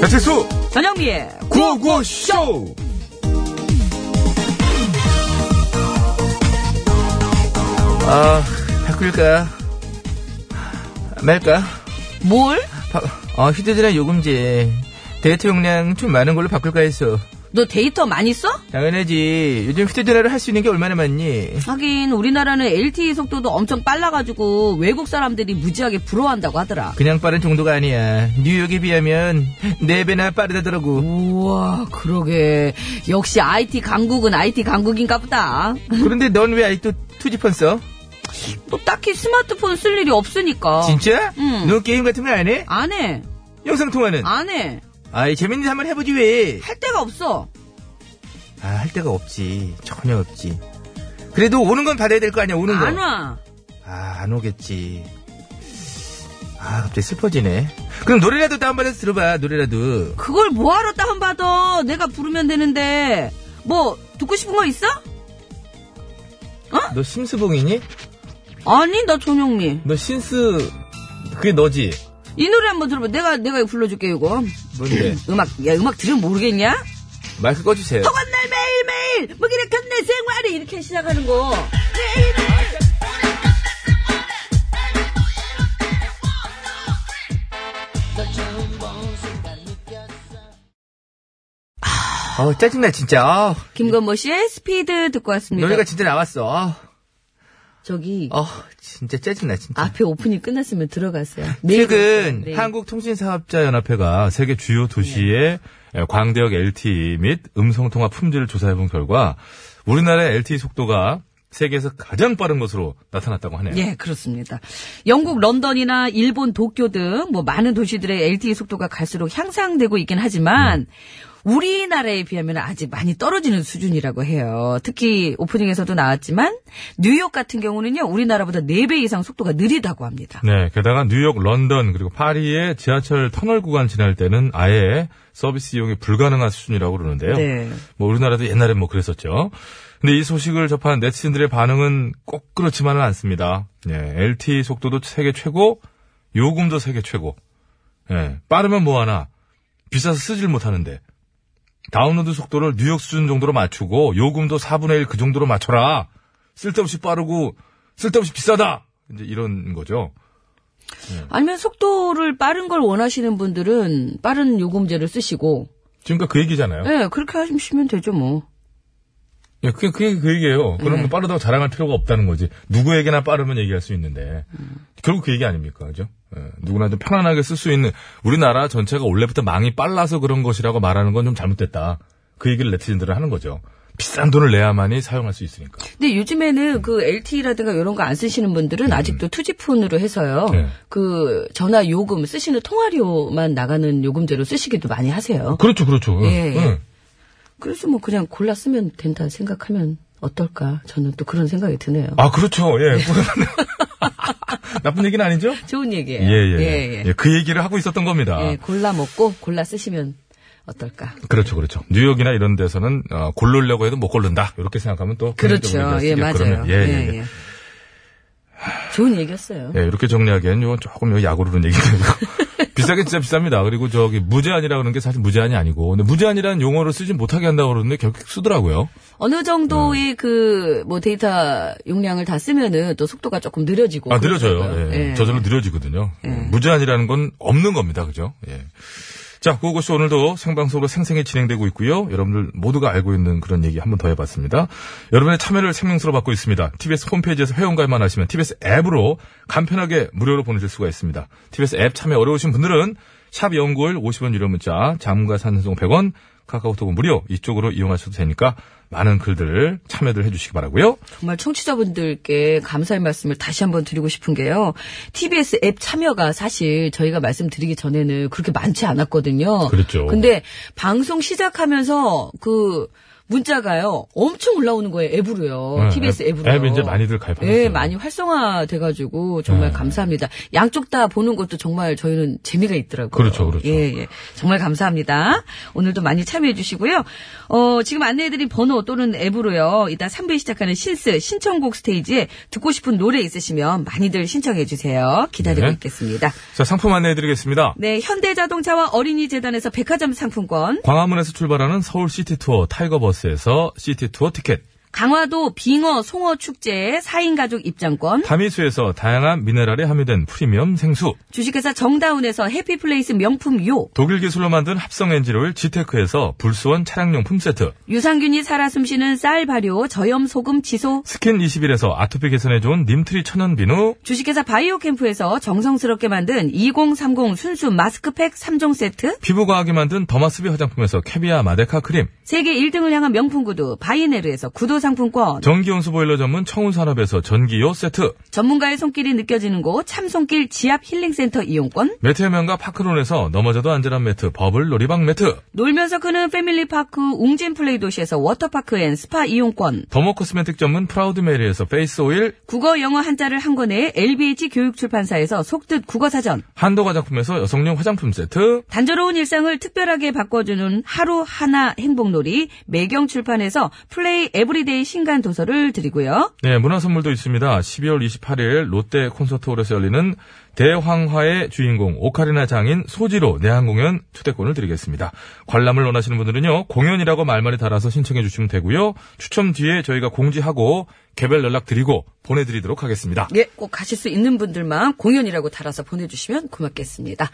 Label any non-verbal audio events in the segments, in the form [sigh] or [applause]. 배칠수 전영미의 구호구호쇼 아 바꿀까 말까 뭘? 바, 어, 휴대전화 요금제 데이터 용량 좀 많은 걸로 바꿀까 해서 너 데이터 많이 써? 당연하지 요즘 휴대전화로 할 수 있는 게 얼마나 많니 하긴 우리나라는 LTE 속도도 엄청 빨라가지고 외국 사람들이 무지하게 부러워한다고 하더라. 그냥 빠른 정도가 아니야 뉴욕에 비하면 4배나 빠르다더라고 우와 그러게 역시 IT 강국은 IT 강국인가 보다. 그런데 넌 왜 아직도 투지폰 써? 뭐 딱히 스마트폰 쓸 일이 없으니까. 진짜? 음. 너 게임 같은 거 안 해? 안 해. 영상통화는? 안 해. 아이 재밌는 데 한번 해보지 왜 할 데가 없어. 아, 할 데가 없지. 전혀 없지. 그래도 오는 건 받아야 될 거 아니야, 오는 거. 안 와. 아, 안 오겠지. 아, 갑자기 슬퍼지네. 그럼 노래라도 다운받아서 들어봐, 노래라도. 그걸 뭐하러 다운받아. 내가 부르면 되는데. 뭐 듣고 싶은 거 있어? 너 심수봉이니? 아니 나 전영미. 너 신스, 그게 너지? 이 노래 한번 들어봐. 내가 내가 불러줄게 이거. [clears throat] 뭔데? 음악 야 음악 들으면 모르겠냐? 마이크 꺼주세요. 허건 날 매일매일 무기력한 내 생활이 이렇게 시작하는 거. 어 짜증나, 진짜. 아, 김건모 씨의 스피드 듣고 왔습니다. 노래가 진짜 나왔어. 아, 저기 어, 진짜 짜증나, 진짜. 앞에 오프닝 끝났으면 들어가세요. 내일 최근 네. 한국통신사업자연합회가 세계 주요 도시의 네. 광대역 LTE 및 음성통화 품질을 조사해본 결과 우리나라의 LTE 속도가 세계에서 가장 빠른 것으로 나타났다고 하네요. 예, 그렇습니다. 영국 런던이나 일본 도쿄 등 뭐 많은 도시들의 LTE 속도가 갈수록 향상되고 있긴 하지만 우리나라에 비하면 아직 많이 떨어지는 수준이라고 해요. 특히 오프닝에서도 나왔지만 뉴욕 같은 경우는요. 우리나라보다 4배 이상 속도가 느리다고 합니다. 네, 게다가 뉴욕, 런던 그리고 파리의 지하철 터널 구간 지날 때는 아예 서비스 이용이 불가능한 수준이라고 그러는데요. 네. 뭐 우리나라도 옛날엔 뭐 그랬었죠. 근데 이 소식을 접한 네티즌들의 반응은 꼭 그렇지만은 않습니다. 예, LTE 속도도 세계 최고, 요금도 세계 최고. 예, 빠르면 뭐하나 비싸서 쓰질 못하는데 다운로드 속도를 뉴욕 수준 정도로 맞추고 요금도 4분의 1 그 정도로 맞춰라. 쓸데없이 빠르고 쓸데없이 비싸다. 이제 이런 거죠. 아니면 속도를 빠른 걸 원하시는 분들은 빠른 요금제를 쓰시고 지금까지 그 얘기잖아요. 예, 그렇게 하시면 되죠, 뭐. 예, 그게, 그게 그 얘기예요. 네. 그러면 빠르다고 자랑할 필요가 없다는 거지. 누구에게나 빠르면 얘기할 수 있는데. 결국 그 얘기 아닙니까? 그죠? 예, 누구나 좀 편안하게 쓸 수 있는 우리나라 전체가 원래부터 망이 빨라서 그런 것이라고 말하는 건 좀 잘못됐다. 그 얘기를 네티즌들은 하는 거죠. 비싼 돈을 내야만이 사용할 수 있으니까. 근데 요즘에는 그 LTE라든가 이런 거 안 쓰시는 분들은 아직도 투지폰으로 해서요. 네. 그 전화 요금 쓰시는 통화료만 나가는 요금제로 쓰시기도 많이 하세요. 그렇죠, 그렇죠. 예, 예. 그래서 뭐 그냥 골라 쓰면 된다 생각하면 어떨까? 저는 또 그런 생각이 드네요. 아, 그렇죠. 예. [laughs] 나쁜 얘기는 아니죠? 좋은 얘기예요. 예, 예. 예, 예, 그 얘기를 하고 있었던 겁니다. 예, 골라 먹고 골라 쓰시면 어떨까? 그렇죠, 그렇죠. 뉴욕이나 이런 데서는 어, 고르려고 해도 못 고른다. 이렇게 생각하면 또 그렇죠. 긍정적으로 예, 얘기할 수 있겠고, 맞아요. 그러면. 예, 예, 예. 예. 좋은 얘기였어요. 예, 이렇게 정리하기엔 이건 조금 여기 야구르는 얘기고 [laughs] 비싸게 진짜 비쌉니다. 그리고 저기 무제한이라 그러는 게 사실 무제한이 아니고 근데 무제한이라는 용어를 쓰지 못하게 한다고 그러는데 결국 쓰더라고요. 어느 정도의 음. 그 뭐 데이터 용량을 다 쓰면은 또 속도가 조금 느려지고 아, 느려져요. 어, 그러더라고요. 예, 예. 저절로 느려지거든요. 무제한이라는 건 없는 겁니다. 그죠? 예. 자, 고고쇼 오늘도 생방송으로 생생히 진행되고 있고요. 여러분들 모두가 알고 있는 그런 얘기 한번 더 해봤습니다. 여러분의 참여를 생명수로 받고 있습니다. TBS 홈페이지에서 회원가입만 하시면 TBS 앱으로 간편하게 무료로 보내실 수가 있습니다. TBS 앱 참여 어려우신 분들은 샵 연구일 50원 유료 문자, 잠과 산송 100원, 카카오톡은 무료 이쪽으로 이용하셔도 되니까 많은 글들 참여들 해주시기 바라고요. 정말 청취자분들께 감사의 말씀을 다시 한번 드리고 싶은 게요. TBS 앱 참여가 사실 저희가 말씀드리기 전에는 그렇게 많지 않았거든요. 그랬죠. 근데 방송 시작하면서 그 문자가요 엄청 올라오는 거예요 앱으로요 어, TBS 앱으로 네, 앱 이제 많이들 가입하셨어요. 예, 많이 활성화돼가지고 정말 네. 감사합니다. 양쪽 다 보는 것도 정말 저희는 재미가 있더라고요. 그렇죠, 그렇죠. 예, 예. 정말 감사합니다. 오늘도 많이 참여해주시고요. 어, 지금 안내해드린 번호 또는 앱으로요. 이따 3부에 시작하는 신스 신청곡 스테이지에 듣고 싶은 노래 있으시면 많이들 신청해주세요. 기다리고 네. 있겠습니다. 자, 상품 안내해드리겠습니다. 네, 현대자동차와 어린이재단에서 백화점 상품권, 광화문에서 출발하는 서울 시티투어 타이거버스에서 시티투어 티켓, 강화도 빙어 송어 축제 4인 가족 입장권, 다미수에서 다양한 미네랄에 함유된 프리미엄 생수, 주식회사 정다운에서 해피플레이스 명품 요, 독일 기술로 만든 합성 엔진 오일 지테크에서 불수원 차량용품 세트, 유산균이 살아 숨쉬는 쌀 발효 저염 소금 치소 스킨 21에서 아토피 개선에 좋은 님트리 천연 비누, 주식회사 바이오 캠프에서 정성스럽게 만든 2030 순수 마스크팩 3종 세트 피부과학이 만든 더마스비 화장품에서 캐비아 마데카 크림, 세계 1등을 향한 명품 구두 바이네르에서 구두 상품권 전기온수 보일러 전문 청운산업에서 전기요 세트, 전문가의 손길이 느껴지는 곳 참손길 지압 힐링센터 이용권 매트 해면과 파크론에서 넘어져도 안전한 매트 버블 놀이방 매트, 놀면서 크는 패밀리파크 웅진플레이 도시에서 워터파크 앤 스파 이용권 더모 코스메틱 전문 프라우드메리에서 페이스 오일, 국어 영어 한자를 한 권에 LBH 교육출판사에서 속뜻 국어사전 한도 화장품에서 여성용 화장품 세트, 단조로운 일상을 특별하게 바꿔주는 하루 하나 행복놀이 매경 출판에서 플레이 에브리데이 신간 도서를 드리고요. 네, 문화 선물도 있습니다. 12월 28일 롯데 콘서트홀에서 열리는 대황화의 주인공 오카리나 장인 소지로 내한 공연 초대권을 드리겠습니다. 관람을 원하시는 분들은요. 공연이라고 말말이 달아서 신청해 주시면 되고요. 추첨 뒤에 저희가 공지하고 개별 연락 드리고 보내 드리도록 하겠습니다. 예, 꼭 가실 수 있는 분들만 공연이라고 달아서 보내주시면 고맙겠습니다.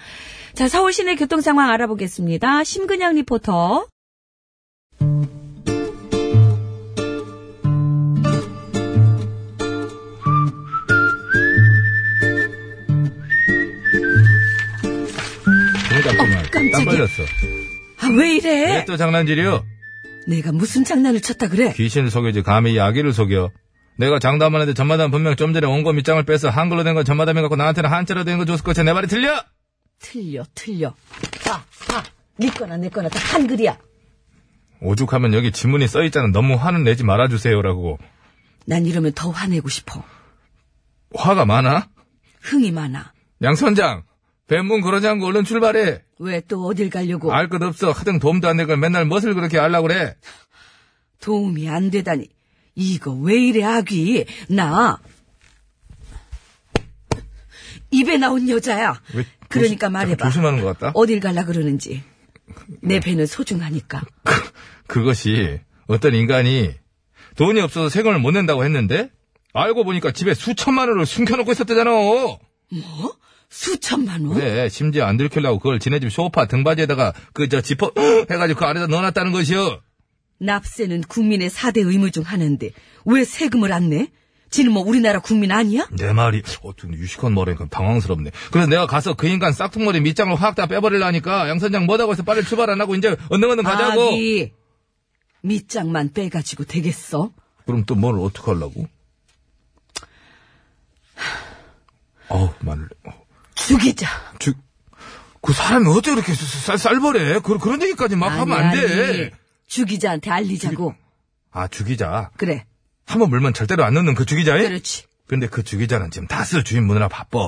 자, 서울 시내 교통 상황 알아보겠습니다. 심근양 리포터. 어, 깜짝이야. 걸렸어. 아, 왜 이래? 왜 네, 또 장난질이요? 내가 무슨 장난을 쳤다 그래? 귀신을 속이지 감히 아기를 속여. 내가 장담만 해도 전마담 분명 좀 전에 온거 밑장을 빼서 한글로 된 건 전마담이 갖고 나한테는 한자로 된 거 줬을 것이야. 내 말이 틀려? 틀려, 틀려. 봐, 봐. 네 거나 내 거나 다 한글이야. 오죽하면 여기 지문이 써 있잖아. 너무 화는 내지 말아주세요라고. 난 이러면 더 화내고 싶어. 화가 많아? 흥이 많아. 양 선장, 뱀문 그러지 않고 얼른 출발해. 왜 또 어딜 가려고? 알 것 없어. 하등 도움도 안 될 걸 맨날 멋을 그렇게 알라고 그래. 도움이 안 되다니. 이거 왜 이래, 아기. 나. 입에 나온 여자야. 왜 [laughs] 그러니까 조심- 말해봐. 조심하는 것 같다. 네. 어딜 갈라 그러는지. 내 배는 소중하니까. 그것이 어떤 인간이 돈이 없어서 세금을 못 낸다고 했는데 알고 보니까 집에 수천만 원을 숨겨놓고 있었대잖아. 수천만 원? 그래, 심지어 안 들키려고 그걸 지네 집 소파 등받이에다가 그 저 지퍼 [gasps] 해가지고 그 아래다 넣어놨다는 것이요. 납세는 국민의 4대 의무 중 하나인데 왜 세금을 안 내? 지는 뭐 우리나라 국민 아니야? 내 말이 어좀 유식한 말이니까 당황스럽네. 그래서 내가 가서 그 인간 싹퉁머리 밑장을 확 다 빼버리려니까 양 선장 뭐다고 해서 빨리 출발 안 하고 이제 언능언능 가자고. 아기. 네. 밑장만 빼가지고 되겠어? 그럼 또 뭘 어떻게 하려고? 어우 말을 어, 죽이자. 주- 그 사람이 어째 그렇게 쌀, 쌀벌해? 그, 그런 얘기까지 막 하면 안 아니, 돼. 아니. 죽이자한테 알리자고. 아 죽이자. 그래. 한 번 물면 절대로 안 넣는 그 죽이자에. 그렇지. 근데 그 주기자는 지금 다스 주인 무느라 바빠.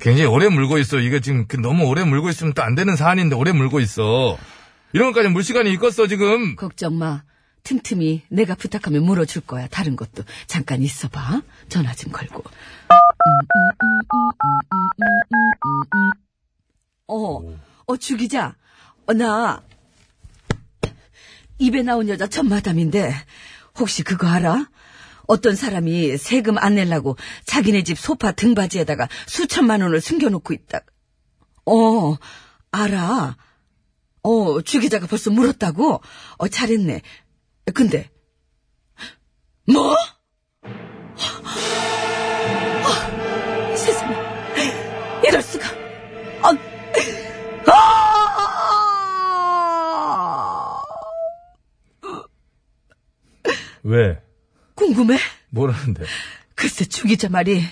굉장히 오래 물고 있어. 이거 지금 그 너무 오래 물고 있으면 또 안 되는 사안인데 오래 물고 있어. 이런 것까지 물 시간이 있겠어 지금. 걱정 마. 틈틈이 내가 부탁하면 물어줄 거야. 다른 것도 잠깐 있어봐. 전화 좀 걸고. 음, 어, 어, 주기자. 어, 나 입에 나온 여자 전마담인데 혹시 그거 알아? 어떤 사람이 세금 안 내려고 자기네 집 소파 등받이에다가 수천만 원을 숨겨놓고 있다. 어, 알아. 어, 주 기자가 벌써 물었다고? 어, 잘했네. 근데, 뭐? 아, 세상에. 이럴 수가. 아, 아! 왜? 궁금해? 뭐라는데? 글쎄 죽이자 말이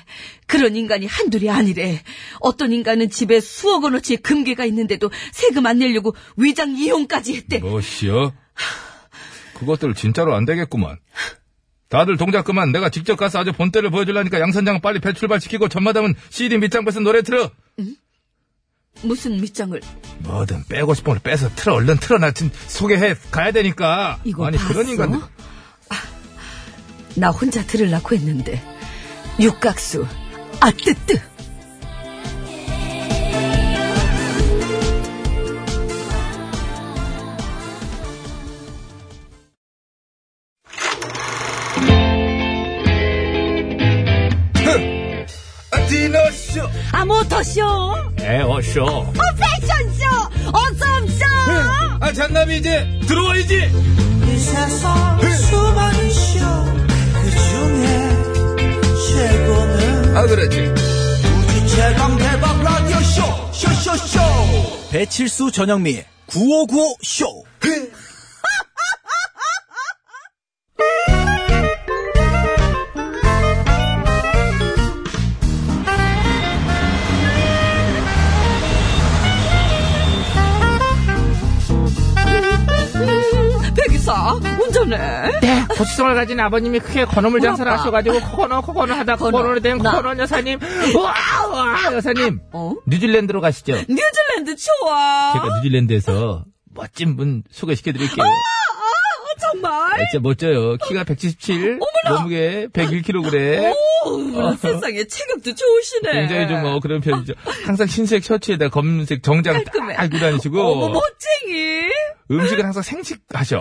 그런 인간이 한둘이 아니래. 어떤 인간은 집에 수억 원어치의 네. 뭐? 금괴가 있는데도 세금 안 내려고 위장 이용까지 했대. 뭐시여? 그것들 진짜로 안 되겠구만. 다들 동작 그만. 내가 직접 가서 아주 본때를 보여주려니까 양선장 빨리 배출발시키고 전마담은 CD 밑장에서 노래 틀어. 무슨 밑장을 뭐든 빼고 싶은 걸 빼서 틀어 얼른 틀어 나 지금 소개해 가야 되니까. 이거 아니 봤어? 아, 그런 인간들. [laughs] 나 혼자 들으려고 했는데 육각수 아뜨뜨 디너쇼. 아 모터쇼 에어쇼. 어, 패션쇼 어썸쇼 아 잔남이 이제 들어와야지. 이 세상 수많은 쇼그 중에 최고는 아 그렇지. 우주 최강 대박 라디오 쇼 쇼쇼쇼 배칠수 전영미 9595 쇼. 백이사 운전해 네, 고수성을 가진 아버님이 크게 건어물 장사를 우와. 하셔가지고 코코너 코코너 하다 코너. 코코너로 된 나. 코코너 여사님 우와 우와 여사님 어? 뉴질랜드로 가시죠 뉴질랜드 좋아 제가 뉴질랜드에서 멋진 분 소개시켜드릴게요 어, 정말 진짜 멋져요 키가 177 몸무게 101kg 오, 어, 세상에 체격도 좋으시네 굉장히 좀 어, 그런 편이죠 항상 흰색 셔츠에다가 검은색 정장 깔끔해. 딱 입고 다니시고 어머 멋쟁이 음식은 항상 생식하셔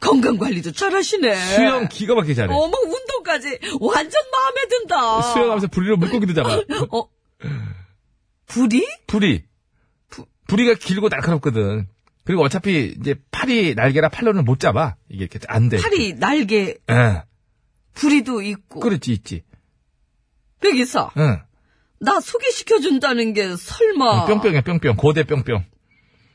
건강관리도 잘하시네 수영 기가 막히게 잘해 어머 운동까지 완전 마음에 든다 수영하면서 부리로 물고기도 잡아 어? 부리? 부리. 부리가 길고 날카롭거든. 그리고 어차피 이제 팔이 날개라 팔로는 못 잡아. 이게 이렇게 안 돼. 팔이 날개 응. 부리도 있고 그렇지, 있지. 백이사 응. 어, 나 소개시켜준다는 게 설마 음, 뿅뿅이야, 음. 뿅뿅. 고대 뿅뿅.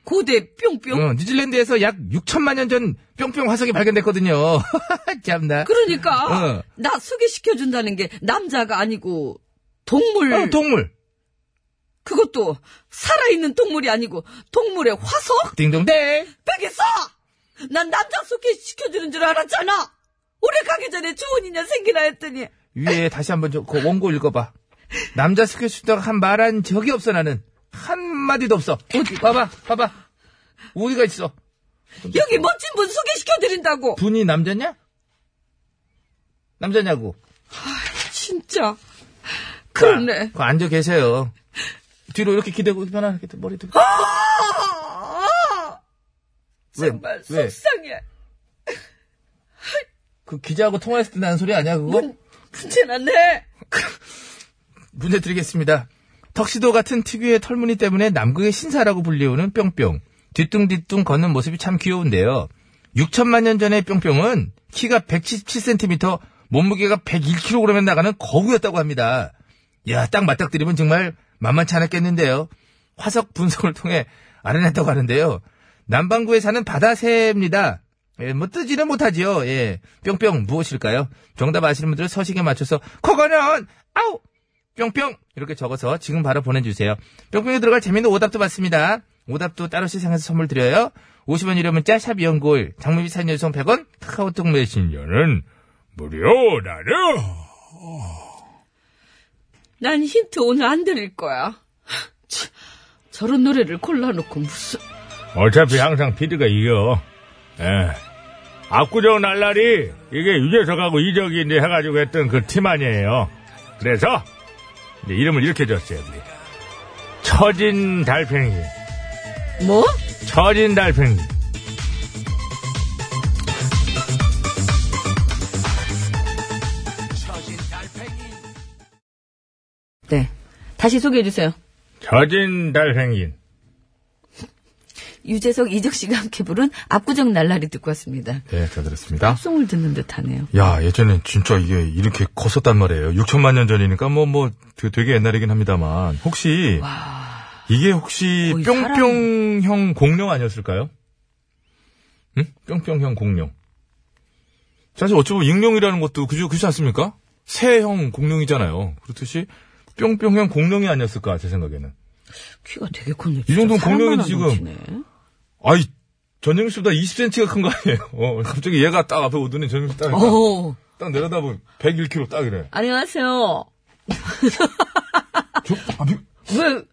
고대 뿅뿅 응. 뉴질랜드에서 약 6천만 년 전 뿅뿅 화석이 발견됐거든요. [laughs] 참나. 그러니까 어. 나 소개시켜준다는 게 남자가 아니고 동물 어, 동물. 그것도 살아있는 동물이 아니고 동물의 화석 딩동댕. 네. 백이사 난 남자 소개시켜주는 줄 알았잖아 오래 가기 전에 좋은 인연 생기나 했더니 위에 다시 한번 저, 그 원고 읽어봐. 남자 스케치다가 한 말한 적이 없어, 나는. 한마디도 없어. 어디, 봐봐, 봐봐. 어디가 있어? 여기 뭐. 멋진 분 소개시켜드린다고 분이 남자냐? 남자냐고. 진짜 그러네 그 앉아 계세요. 뒤로 이렇게 기대고 편안하게 또 머리 들고. 아, 왜? 정말 왜? 속상해 그 기자하고 통화했을 때 나는 소리 아니야 그거? 문, 문제는 내 문제 드리겠습니다. 턱시도 같은 특유의 털무늬 때문에 남극의 신사라고 불리우는 뿅뿅. 뒤뚱뒤뚱 걷는 모습이 참 귀여운데요. 6천만 년 전의 뿅뿅은 키가 177cm, 몸무게가 101kg에 나가는 거구였다고 합니다. 야, 딱 맞닥뜨리면 정말 만만치 않았겠는데요. 화석 분석을 통해 알아냈다고 하는데요. 남반구에 사는 바다새입니다. 예, 뭐 뜨지는 못하지요. 예. 뿅뿅 무엇일까요? 정답 아시는 분들은 서식에 맞춰서 그거는 아우 뿅뿅 이렇게 적어서 지금 바로 보내주세요. 뿅뿅에 들어갈 재미있는 오답도 받습니다. 오답도 따로 시상해서 선물 드려요. 50원 유료 문자 샵 연골 장미비 사인 연송 100원 카카오톡 메신저는 무료라려. 난 힌트 오늘 안 드릴 거야 참, 저런 노래를 골라놓고 무슨 어차피 항상 피드가 이겨. 예. 압구정 날라리 이게 유재석하고 이적이 이제 해가지고 했던 그 팀 아니에요. 그래서 이제 이름을 이렇게 줬어요. 우리. 처진 달팽이. 뭐? 처진 달팽이. 네 다시 소개해주세요 처진 달팽이. 유재석 이적 씨가 함께 부른 압구정 날라리 듣고 왔습니다. 네, 잘 들었습니다. 송을 듣는 듯하네요. 야, 예전엔 진짜 이게 이렇게 컸었단 말이에요. 6천만 년 전이니까 뭐, 뭐, 되- 되게 옛날이긴 합니다만. 혹시, 이게 혹시 거의 뿅뿅형 공룡 아니었을까요? 응? 뿅뿅형 공룡. 사실 어쩌면 익룡이라는 것도 그죠, 그렇지 않습니까? 새형 공룡이잖아요. 그렇듯이 뿅뿅형 공룡이 아니었을까, 제 생각에는. 키가 되게 컸네. 이 정도면 공룡이지, 지금. 아이, 전영미 씨보다 20cm가 큰 거 아니에요? 어, 갑자기 얘가 딱 앞에 오더니 전영미 씨딱 오, 딱 내려다보면 101kg 딱 이래. 어, 안녕하세요. 저, 아니, 왜,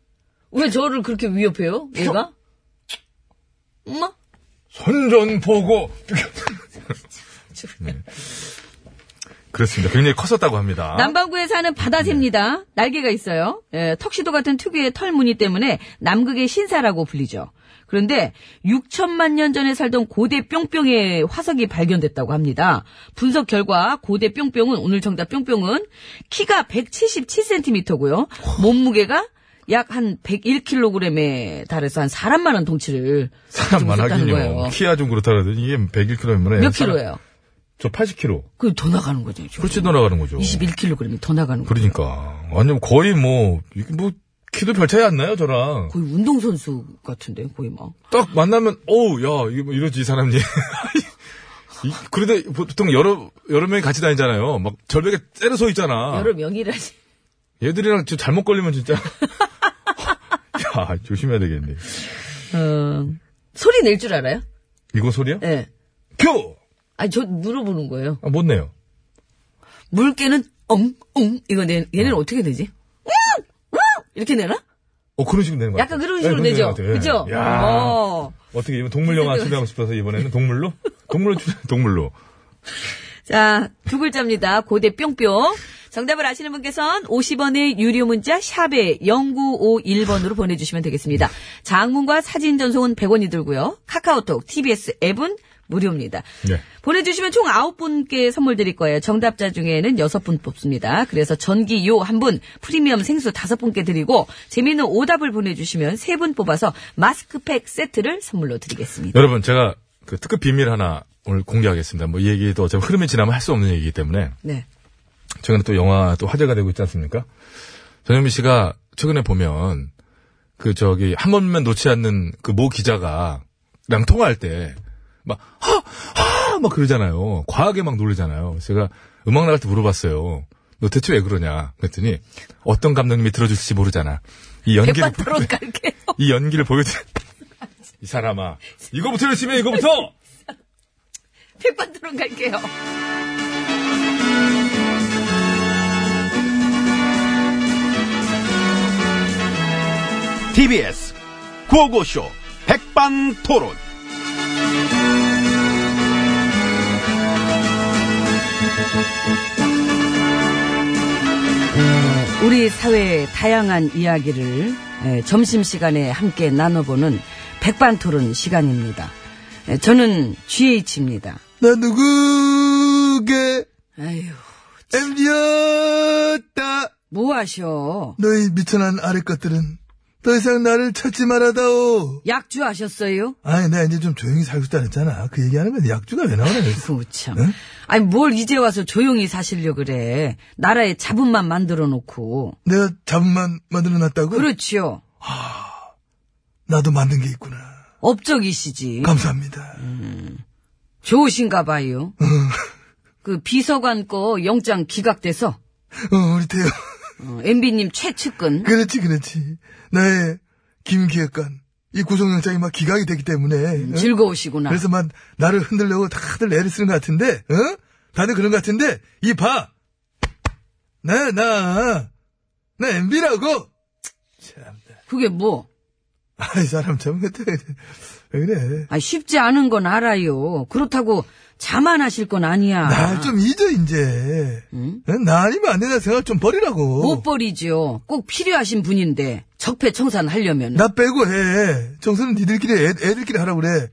왜 저를 그렇게 위협해요? 얘가? 엄마? [laughs] 선전포고. 네. 그렇습니다. 굉장히 컸었다고 합니다. 남반구에 사는 네. 바다새입니다. 날개가 있어요. 예, 턱시도 같은 특유의 털 무늬 때문에 남극의 신사라고 불리죠. 그런데 6천만 년 전에 살던 고대 뿅뿅의 화석이 발견됐다고 합니다. 분석 결과 고대 뿅뿅은 오늘 정답 뿅뿅은 키가 177cm고요. 몸무게가 약 한 101kg에 달해서 한 사람만한 덩치를 사람만 가지고 있었다는 거예요. 하긴요. 네, 키야 좀 그렇다 그래도 이게 101kg이면 뭐 몇 킬로예요? 저 80kg. 그 더 나가는 거죠. 지금. 훨씬 더 나가는 거죠. 21kg이 더 나가는 거죠. 그러니까. 완전 거의 뭐, 이게 뭐, 키도 별 차이 안 나요, 저랑. 거의 운동선수 같은데, 거의 막. 딱 만나면, 어우, 야, 이거 뭐 이러지, 이 사람이. [laughs] 이- 그런데 보통 여러, 여러 명이 같이 다니잖아요. 막 절벽에 때려 서 있잖아. 여러 명이라지. 얘들이랑 진짜 잘못 걸리면 진짜. [laughs] 야, 조심해야 되겠네. 어, 소리 낼 줄 알아요? 이거 소리야? 예. 큐! 아니, 저 물어보는 거예요. 아, 못 내요. 물개는 엉, 엉. 이거 내, 얘네는 어. 떻게 되지? 웅! 웅! 이렇게 내나? 어, 그런 식으로 내는 네, 거야. 약간 네, 그런 예. 식으로 내죠? 그죠? 야, 어. 어떻게, 이번 동물 [laughs] 영화 준비하고 싶어서 이번에는 동물로? 동물로 출 동물로. 자, 두 글자입니다. 고대 뿅뿅. 정답을 아시는 분께서는 50원의 유료 문자 샵에 0951번으로 보내주시면 되겠습니다. 장문과 사진 전송은 100원이 들고요. 카카오톡, TBS 앱은 무료입니다. 네. 보내주시면 총 9분께 선물 드릴 거예요. 정답자 중에는 6분 뽑습니다. 그래서 전기 요 1분, 프리미엄 생수 5분께 드리고 재미있는 오답을 보내주시면 3분 뽑아서 마스크팩 세트를 선물로 드리겠습니다. 여러분, 제가 그 특급 비밀 하나 오늘 공개하겠습니다. 뭐 이 얘기도 어차피 흐름이 지나면 할 수 없는 얘기이기 때문에. 네. 최근에 또 영화 또 화제가 되고 있지 않습니까? 전현미 씨가 최근에 보면 그 저기 한 번만 놓지 않는 그 모 기자가랑 통화할 때막 하하 막 그러잖아요. 과하게 막 놀리잖아요. 제가 음악 나갈 때 물어봤어요. 너 대체 왜 그러냐? 그랬더니 어떤 감독님이 들어줄지 모르잖아. 이 연기를 백반 보- 토론 갈게요. [laughs] 이 연기를 보여줘. 이 사람아, 이거부터 열심히 해, 이거부터. 백반 토론 갈게요. TBS 구호고쇼 백반토론 우리 사회의 다양한 이야기를 에, 점심시간에 함께 나눠보는 백반토론 시간입니다. 에, 저는 GH입니다. 나 누구게 아휴, MZ였다. 뭐 하셔? 너희 미천한 아래 것들은 더 이상 나를 찾지 말아다오. 약주 하셨어요? 아니, 내가 이제 좀 조용히 살고 싶다 했잖아. 그 얘기하는 건 약주가 왜 나오냐. 아이고, 참. 네? 아니, 뭘 이제 와서 조용히 사시려 그래. 나라에 자본만 만들어 놓고. 내가 잡음만 만들어 놨다고? 그렇지요. 나도 만든 게 있구나. 업적이시지. 감사합니다. 좋으신가 봐요. 어. 그 비서관 거 영장 기각돼서, 어, 우리 태요. 어, MB님 최측근. 그렇지, 그렇지. 나의 김기획관. 이 구속영장이 막 기각이 되기 때문에. 음, 응? 즐거우시구나. 그래서 막 나를 흔들려고 다들 애를 쓰는 것 같은데, 응? 다들 그런 것 같은데, 이 봐! 나, 나, 나 MB라고! 그게 뭐? 아이, 사람 참, 그때, 왜 그래. 아, 쉽지 않은 건 알아요. 그렇다고 자만하실 건 아니야. 날 좀 잊어, 이제. 응? 응? 나 아니면 안 된다 생각 좀 버리라고. 못 버리죠. 꼭 필요하신 분인데 적폐청산 하려면 나 빼고 해. 정서는 니들끼리, 애, 애들끼리 하라고 그래.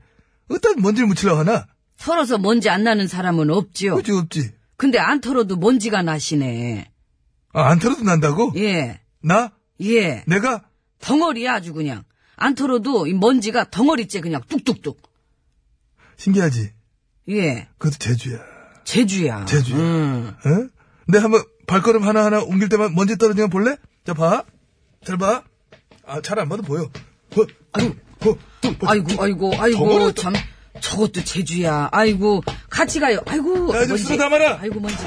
어떤 먼지를 묻히려고 하나? 털어서 먼지 안 나는 사람은 없지요. 그지 없지. 근데 안 털어도 먼지가 나시네. 아, 안 털어도 난다고? 예, 나? 예. 내가? 덩어리야 아주 그냥. 안 털어도 이 먼지가 덩어리째 그냥 뚝뚝뚝. 신기하지? 예, 그것도 제주야. 제주야. 제주야. 음. 응? 내가 한번 발걸음 하나하나 옮길 때만 먼지 떨어지는 거 볼래? 자, 봐. 잘 봐. 아, 잘 안 봐도 보여. 어, 아유, 어, 어, 어. 아이고, 아이고, 아이고, 덩어리 참. 저것도 제주야. 아이고, 같이 가요. 아이고, 야, 이제 수다 담아라. 아이고, 먼지.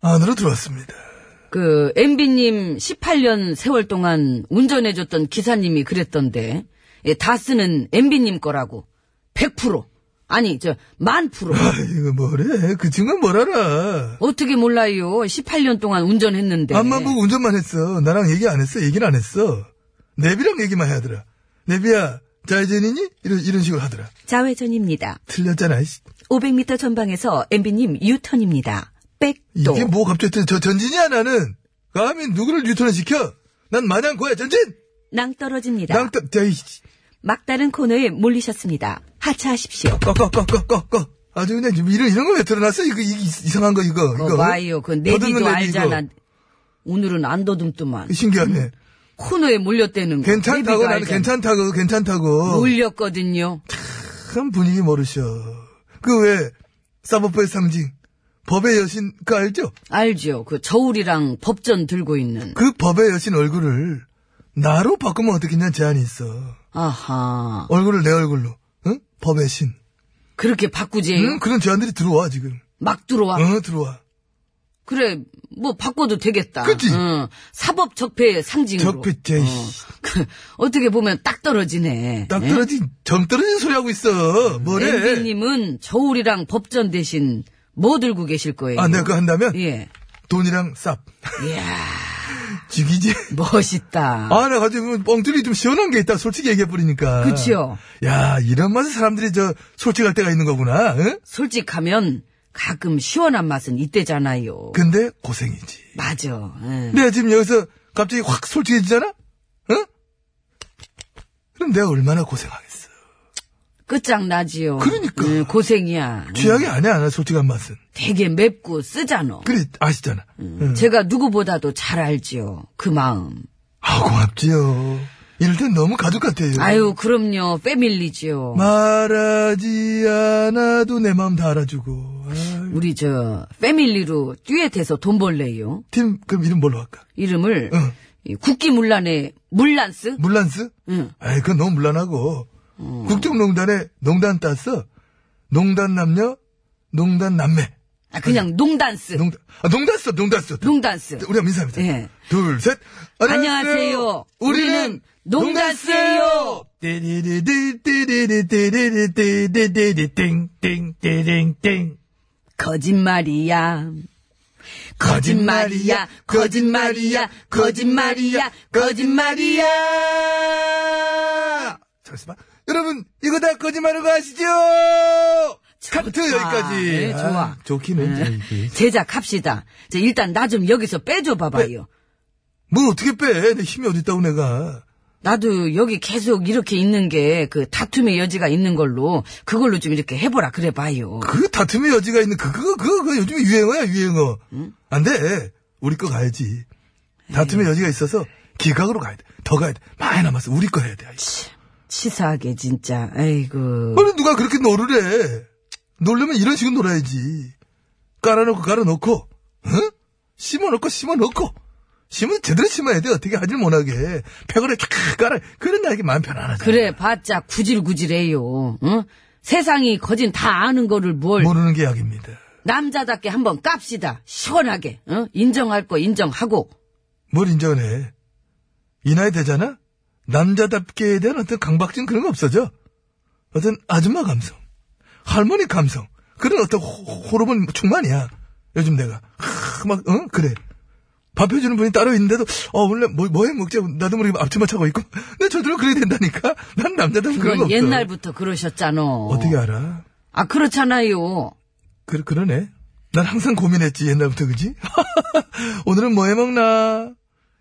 안으로 들어왔습니다. 그 MB님 18년 세월 동안 운전해줬던 기사님이 그랬던데 예, 다 쓰는 MB님 거라고 100% 아니 저 만 프로 이거 뭐래? 그 친구는 뭘 알아? 어떻게 몰라요 앞으로 18년 동안 운전했는데 앞만 보고 운전만 했어. 나랑 얘기 안 했어. 얘기는 안 했어. 내비랑 얘기만 하더라. 내비야, 좌회전이니? 이런, 이런 식으로 하더라. 자회전입니다 틀렸잖아, 이씨. 500m 전방에서 MB님 유턴입니다 백도 이게 뭐 갑자기 틀려. 저 전진이야, 나는. 감히 누구를 뉴턴을 시켜? 난 마냥 고야, 전진! 낭떨어집니다 낭떠, 자, 이씨. 막다른 코너에 몰리셨습니다 하차하십시오 꺼, 꺼, 꺼, 꺼, 꺼, 꺼. 아주 그냥 지금 이런, 이런 거 왜 드러났어? 이거, 이, 이- 이상한 거, 이거. 어, 와요 그 그러니까 더듬는 내비도 내비, 알잖아 이거. 오늘은 안 더듬더만 신기하네. 코너에 몰렸다는 거 괜찮다고, 내비도 나는 알잖아. 괜찮다고, 괜찮다고. 몰렸거든요 참 분위기 모르셔. 그 왜, 사법부의 상징, 법의 여신, 그 알죠? 알죠. 그 저울이랑 법전 들고 있는. 그 법의 여신 얼굴을 나로 바꾸면 어떻겠냐 제안이 있어. 아하. 얼굴을 내 얼굴로, 응? 법의 신. 그렇게 바꾸지. 응? 그런 제안들이 들어와, 지금. 막 들어와. 응, 들어와. 그래, 뭐 바꿔도 되겠다. 그치? 응. 사법 적폐의 상징으로. 적폐, 제, 어. 씨. 그, 어떻게 보면 딱 떨어지네. 예? 딱 떨어진, 정 떨어진 소리 하고 있어. 뭐래? 님은 저울이랑 법전 대신 뭐 들고 계실 거예요? 아, 내가 그거 한다면? 예. 돈이랑 쌉. 이야, 죽이지. 음. 멋있다. 아, 나 가지고 뻥뚫이 좀 시원한 게 있다. 솔직히 얘기해버리니까. 그치요? 야, 이런 맛에 사람들이 저, 솔직할 때가 있는 거구나, 응? 솔직하면 가끔 시원한 맛은 이때잖아요. 근데 고생이지. 맞아. 예. 응. 내가 지금 여기서 갑자기 확 솔직해지잖아? 응? 그럼 내가 얼마나 고생하겠어. 음. 끝장나지요. 그러니까. 응, 고생이야. 응. 취향이 아니야, 나 솔직한 맛은. 되게 맵고 쓰잖아. 그래, 아시잖아. 응. 제가 누구보다도 잘 알지요. 그 마음. 아, 고맙지요. 이럴 땐 너무 가족 같아요. 아유, 그럼요. 패밀리지요. 말하지 않아도 내 마음 다 알아주고. 아유. 우리 저 패밀리로 듀엣해서 돈 벌래요. 팀, 그럼 이름 뭘로 할까? 이름을 응. 음. 이 국기문란의 물란스? 물란스? 응. 아이, 그건 너무 물란하고. 국정농단에 농단 땄어. 농단 남녀, 농단 남매. 아, 그냥 농단스. 농단, 아, 농단 써, 농단 써. 농단스. 우리 민사입니다. 예. 둘, 셋. 안녕하세요. 우리는 농단스예요. 띠리리띠리리띠리리띠리리띵띵띠링띵. 거짓말이야. 거짓말이야. 거짓말이야. 거짓말이야. 거짓말이야. 잠시만. 여러분, 이거 다 거짓말인 거 아시죠? 카트 여기까지. 네, 좋아. 아, 좋긴 했지. 이게. 제작합시다. 자, 일단 나 좀 여기서 빼줘 봐봐요. 뭘 어떻게 빼? 내 힘이 어딨다고 내가. 나도 여기 계속 이렇게 있는 게 그 다툼의 여지가 있는 걸로 그걸로 좀 이렇게 해보라 그래 봐요. 그 다툼의 여지가 있는 그, 그거, 그거, 그거 요즘 유행어야, 유행어. 안 돼. 우리 거 가야지. 다툼의 네. 여지가 있어서 기각으로 가야 돼. 더 가야 돼. 많이 남았어. 우리 거 해야 돼. 아이씨. 치사하게 진짜. 아이고. 아니, 누가 그렇게 놀으래. 놀려면 이런 식으로 놀아야지. 깔아놓고 깔아놓고, 응? 심어놓고 심어놓고. 심으면 제대로 심어야 돼. 어떻게 하질 못하게. 팩을 이렇게 캬 깔아. 그런 나에게 마음 편안하잖아. 그래 봤자 구질구질해요. 응? 세상이 거진 다 아는 거를 뭘 모르는 게 약입니다. 남자답게 한번 깝시다. 시원하게. 응? 인정할 거 인정하고. 뭘 인정해. 이 나이 되잖아? 남자답게에 대한 어떤 강박증 그런 거 없어져. 어떤 아줌마 감성, 할머니 감성, 그런 어떤 호- 호- 호르몬 충만이야. 요즘 내가. 하, 막, 응? 그래. 밥 해주는 분이 따로 있는데도, 어, 원래 뭐, 뭐 해 먹지? 나도 모르게 앞치마 차고 있고. 내 저들은 그래야 된다니까? 난 남자답게 그런 거 그건 없어. 옛날부터 그러셨잖아. 어떻게 알아? 아 그렇잖아요. 그, 그러네. 난 항상 고민했지, 옛날부터, 그지? [laughs] 오늘은 뭐 해먹나?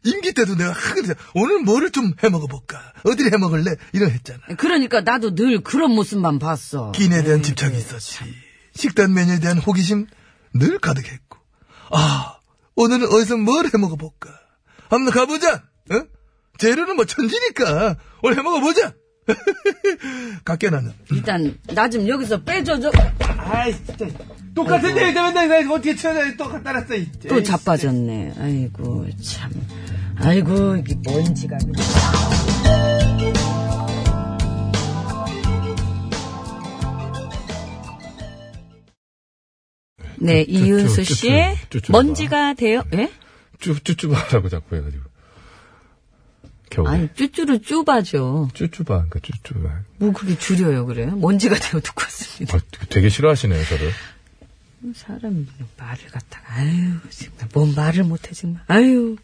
임기 때도 내가 하거든. 오늘 뭐를 좀 해먹어볼까? 어디를 해먹을래? 이런 했잖아. 그러니까 나도 늘 그런 모습만 봤어. 끼니에 대한 집착이 있었지. 식단 메뉴에 대한 호기심 늘 가득했고. 아, 오늘은 어디서 뭘 해먹어볼까? 한번 가보자! 응? 재료는 뭐 천지니까. 오늘 해먹어보자! [laughs] 갓게 나는. 일단 나 좀 여기서 빼줘. 저... 아이, 진짜. 똑같은 얘기 때문에 내가 어떻게 쳐야 똑같 따랐어, 또 자빠졌네. 아이고 참. 아이고 이게 먼지가. 그냥. 네, 이윤수 씨의 먼지가 되어. 예? 쭈쭈쭈 하라고 자꾸 해가지고. 겨우. 아니, 쭈쭈를 쭈바죠. 쭈쭈바, 그러니까 쭈쭈바. 뭐 그게 줄여요, 그래? 먼지가 되어 두껍습니다. 뭐 아, 되게 싫어하시네요, 저를. 사람 말을 갖다가, 아유, 정말, 뭔 말을 못해, 정말. 아유.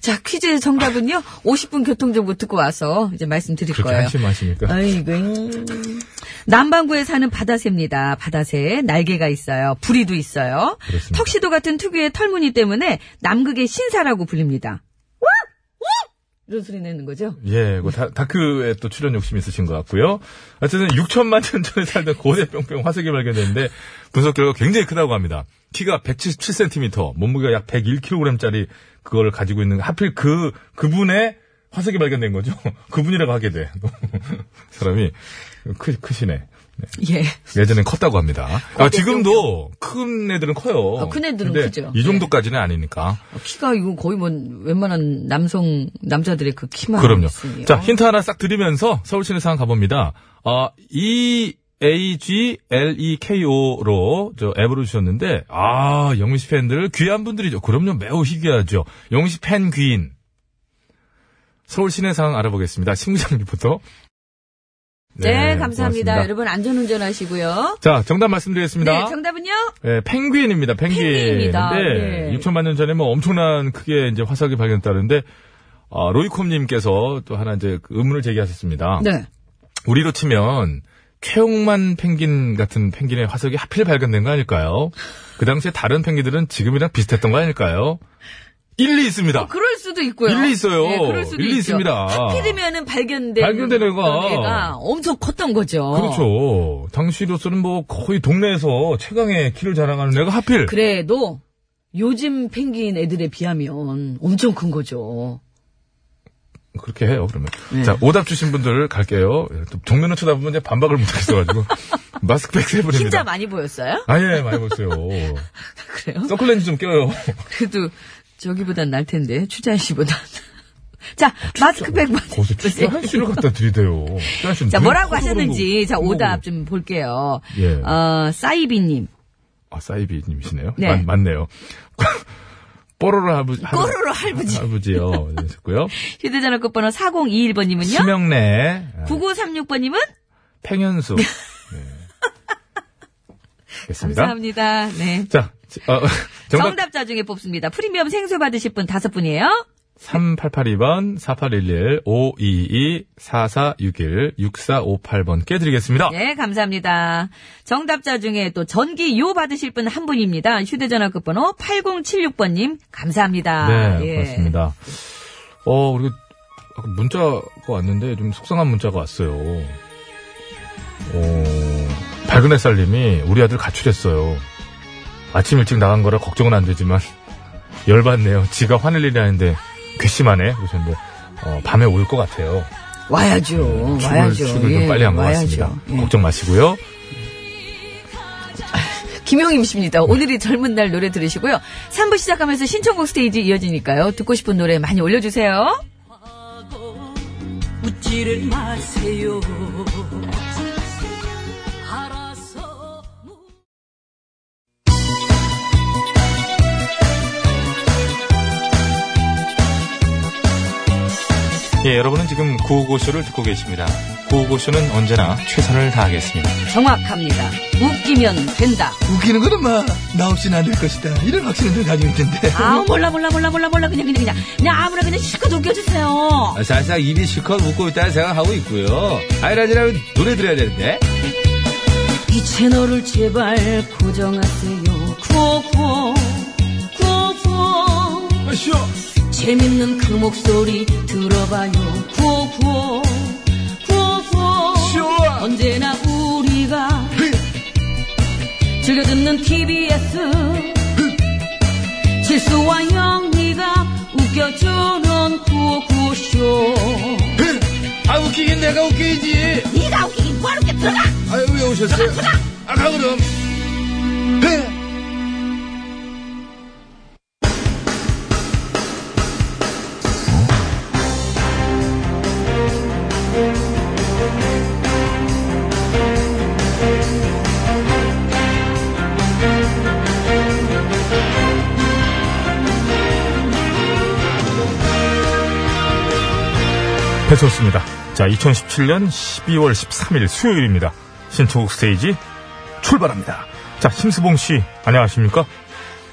자, 퀴즈의 정답은요, 50분 교통정보 듣고 와서 이제 말씀드릴 그렇게 거예요. 한심하시니까. 아이고. 음. 남반구에 사는 바다새입니다. 바다새 날개가 있어요. 부리도 있어요. 그렇습니다. 턱시도 같은 특유의 털무늬 때문에 남극의 신사라고 불립니다. 예! 이런 소리 내는 거죠? 예, 그 다, 다크에 또 출연 욕심 이 있으신 것 같고요. 어쨌든 6천만 년 전에 살던 고대 뿅뿅 화석이 발견됐는데 분석 결과 굉장히 크다고 합니다. 키가 177cm, 몸무게가 약 101kg짜리 그걸 가지고 있는 하필 그 그분의 화석이 발견된 거죠. [laughs] 그분이라고 하게 돼. [laughs] 사람이 크, 크시네. 예. 예전엔 컸다고 합니다. 아, 지금도 큰 애들은 커요. 아, 큰 애들은 근데 크죠. 이 정도까지는 아니니까. 키가 이거 거의 뭐 웬만한 남성 남자들의 그 키만 그럼요. 있으니. 자, 힌트 하나 싹 드리면서 서울시내 상황 가봅니다. 어, E, A, G, L, E, K, O로 저 앱으로 주셨는데, 아, 영민 씨 팬들, 귀한 분들이죠. 그럼요, 매우 희귀하죠. 영민 씨 팬 귀인. 서울 시내 상황 알아보겠습니다. 신구장 리포터. 네, 감사합니다. 고맙습니다. 여러분 안전 운전하시고요. 자, 정답 말씀드리겠습니다. 네, 정답은요? 예, 펭귄입니다. 펭귄. 펭귄입니다. 근데 예. 6천만 년 전에 뭐 엄청난 크게 이제 화석이 발견됐다는데 아, 로이콤님께서 또 하나 이제 그 의문을 제기하셨습니다. 네. 우리로 치면 최홍만 펭귄 같은 펭귄의 화석이 하필 발견된 거 아닐까요? 그 당시에 다른 펭귄들은 지금이랑 비슷했던 거 아닐까요? 일리 있습니다. 그럴 수도 있고요. 일리 있어요. 예, 그럴 수도 일리 있죠. 있습니다. 하필이면은 발견된 발견된 애가. 애가 엄청 컸던 거죠. 그렇죠. 당시로서는 뭐 거의 동네에서 최강의 키를 자랑하는 애가 하필 그래도 요즘 펭귄 애들에 비하면 엄청 큰 거죠. 그렇게 해요, 그러면. 네. 자, 오답 주신 분들 갈게요. 예, 또 정면을 쳐다보면 이제 반박을 [laughs] 못하겠어가지고. 마스크팩 세 분입니다. 흰자 많이 보였어요? 아, 예, 많이 [laughs] 보세요. 그래요? 서클렌즈 좀 껴요. 그래도 저기보단 날 텐데 추자연 씨보단. [laughs] 자 마스크팩 거기서 맞으세요. 추한 씨를 갖다 드리대요. 추한 씨는 자 눈이 뭐라고 커서 그러고. 하셨는지 자 오답 좀 볼게요. 예. 어 사이비님 아, 사이비님이시네요. 네. 네. 맞네요. [laughs] 뽀로로 할아버지. 뽀로로 할아버지. [laughs] 할아버지요. 네, 이러셨고요. 휴대전화 끝번호 4021번님은요. 심영래, 아, 9936번님은 [laughs] 팽현수. 네. 됐습니다. 감사합니다. 네. 자, 어, [laughs] 정답 정답자 중에 뽑습니다. 프리미엄 생수 받으실 분 다섯 분이에요. 3882번, 4811, 522, 4461, 6458번 깨드리겠습니다. 네, 감사합니다. 정답자 중에 또 전기 요 받으실 분 한 분입니다. 휴대전화 끝번호 8076번님, 감사합니다. 네, 예. 고맙습니다. 어, 그리고 아까 문자가 왔는데 좀 속상한 문자가 왔어요. 어, 밝은 햇살님이 우리 아들 가출했어요. 아침 일찍 나간 거라 걱정은 안 되지만 [laughs] 열받네요. 지가 화낼 일이 아닌데 괘씸하네. 그러셨는데 어, 밤에 올 것 같아요. 와야죠. 출근, 와야죠. 출근 음, 좀 예, 빨리 한 것 와야죠. 같습니다. 예. 걱정 마시고요. 김용임 씨입니다. 네. 오늘이 젊은 날 노래 들으시고요. 3부 시작하면서 신청곡 스테이지 이어지니까요. 듣고 싶은 노래 많이 올려주세요. 웃지를 마세요. 알아서 예, 여러분은 지금 구호고쇼를 듣고 계십니다. 구호고쇼는 언제나 최선을 다하겠습니다. 정확합니다. 웃기면 된다. 웃기는 건 엄마 나 없이는 안 될 것이다 이런 확신을 늘 가지고 있던데 아우, 몰라, 몰라, 몰라, 몰라, 몰라. 그냥, 그냥, 그냥. 그냥 아무나 그냥 실컷 웃겨주세요. 사실상 아, 입이 실컷 웃고 있다는 생각하고 있고요 아이라지라면 노래 들어야 되는데 이 채널을 제발 고정하세요. 구호구호 구호구호 재밌는 그 목소리 들어봐요. 구호구호 구호구호 언제나 우리가 즐겨 듣는 TBS 실수와 영리가 웃겨주는 구호구호쇼 아 웃기긴 내가 웃기지 네가 웃기긴 뭐 이렇게 들어가 아유 왜 오셨어요 아가 그럼 해쳤습니다. 자, 2017년 12월 13일 수요일입니다. 신청곡 스테이지 출발합니다. 자, 심수봉 씨, 안녕하십니까?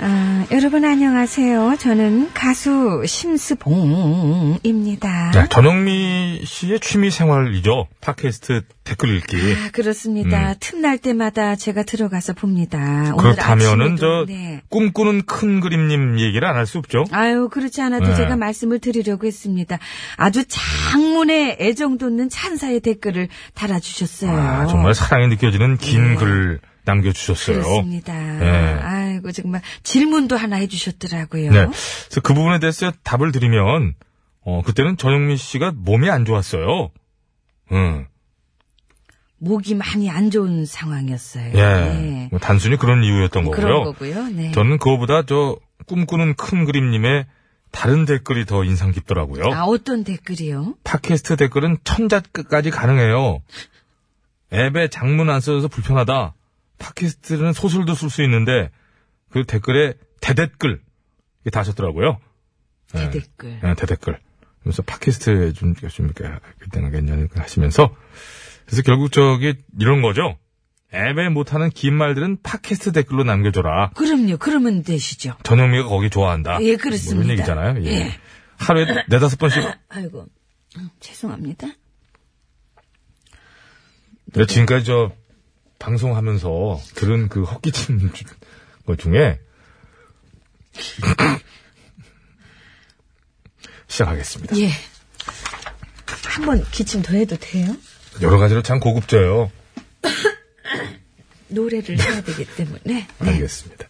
아, 여러분 안녕하세요. 저는 가수 심스봉입니다. 네, 전영미 씨의 취미 생활이죠. 팟캐스트 댓글 읽기. 아, 그렇습니다. 틈날 때마다 제가 들어가서 봅니다. 오늘 음. 그렇다면은 아침에도, 저 네. 네. 꿈꾸는 큰 그림님 얘기를 안 할 수 없죠. 아유, 그렇지 않아도 네. 제가 말씀을 드리려고 했습니다. 아주 장문의 애정 돋는 찬사의 댓글을 달아주셨어요. 네. 아, 정말 사랑이 느껴지는 긴 글을 남겨주셨어요. 그렇습니다. 네. 아이고, 정말 질문도 하나 해주셨더라고요. 네. 그래서 그 부분에 대해서 답을 드리면, 어, 그때는 전영미 씨가 몸이 안 좋았어요. 음, 목이 많이 안 좋은 상황이었어요. 예. 네. 뭐 단순히 그런 이유였던 그런 거고요. 거고요. 네. 저는 그거보다 저 꿈꾸는 큰 그림님의 다른 댓글이 더 인상 깊더라고요. 아, 어떤 댓글이요? 팟캐스트 댓글은 천자 끝까지 가능해요. 앱에 장문 안 써줘서 불편하다. 팟캐스트는 소설도 쓸 수 있는데 그 댓글에 대댓글 이게 다 하셨더라고요. 네. 대댓글. 예, 대댓글. 그래서 팟캐스트 좀, 좀, 이렇게 그때는 괜찮은 하시면서. 그래서 결국 저기, 이런 거죠. 앱에 못하는 긴 말들은 팟캐스트 댓글로 남겨줘라. 그럼요. 그러면 되시죠. 전영미가 거기 좋아한다. 예, 그렇습니다. 뭐 이런 얘기잖아요. 예. 하루에 네다섯 번씩. 아이고. 음, 죄송합니다. 내가 지금까지 저, 방송하면서 들은 그 헛기침 [laughs] 주- 것 중에. [laughs] 시작하겠습니다. 예. 한 번 기침 더 해도 돼요? 여러 가지로 참 고급져요. 노래를 해야 되기 [laughs] 때문에. 알겠습니다.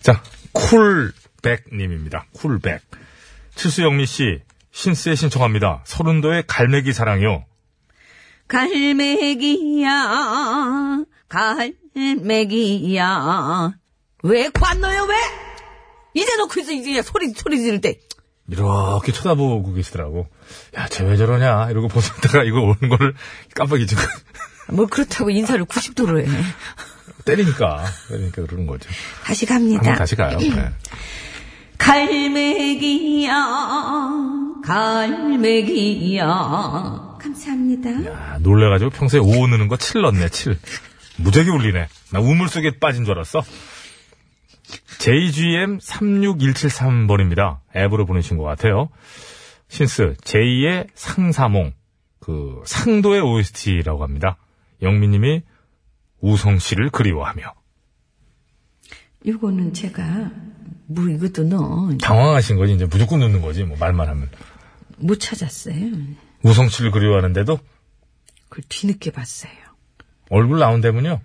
자, 쿨백님입니다. 쿨백. 칠수영미 씨, 신스에 신청합니다. 서른도의 갈매기 사랑이요. 갈매기야, 갈매기야. 왜 관노요, 왜? 이제 놓고 있어, 이제 소리, 소리 지를 때. 이렇게 쳐다보고 계시더라고. 야, 쟤 왜 저러냐? 이러고 보시다가 이거 오는 거를 깜빡 잊고 뭐 그렇다고 인사를 90도로 해. [laughs] 때리니까. 때리니까 그러는 거죠. 다시 갑니다. 한번 다시 가요. 네. 갈매기야, 갈매기야. 감사합니다. 야, 놀래가지고 평소에 오오 느는 거 칠 넣네, 칠. 무지하게 울리네. 나 우물 속에 빠진 줄 알았어. JGM36173번입니다. 앱으로 보내신 것 같아요. 신스, 제2의 상사몽. 그, 상도의 OST라고 합니다. 영미님이 우성 씨를 그리워하며. 이거는 제가, 뭐 이것도 넣어. 당황하신 거지, 이제 무조건 웃는 거지, 뭐, 말만 하면. 못 찾았어요. 우성 씨를 그리워하는데도 그걸 뒤늦게 봤어요. 얼굴 나온다면요.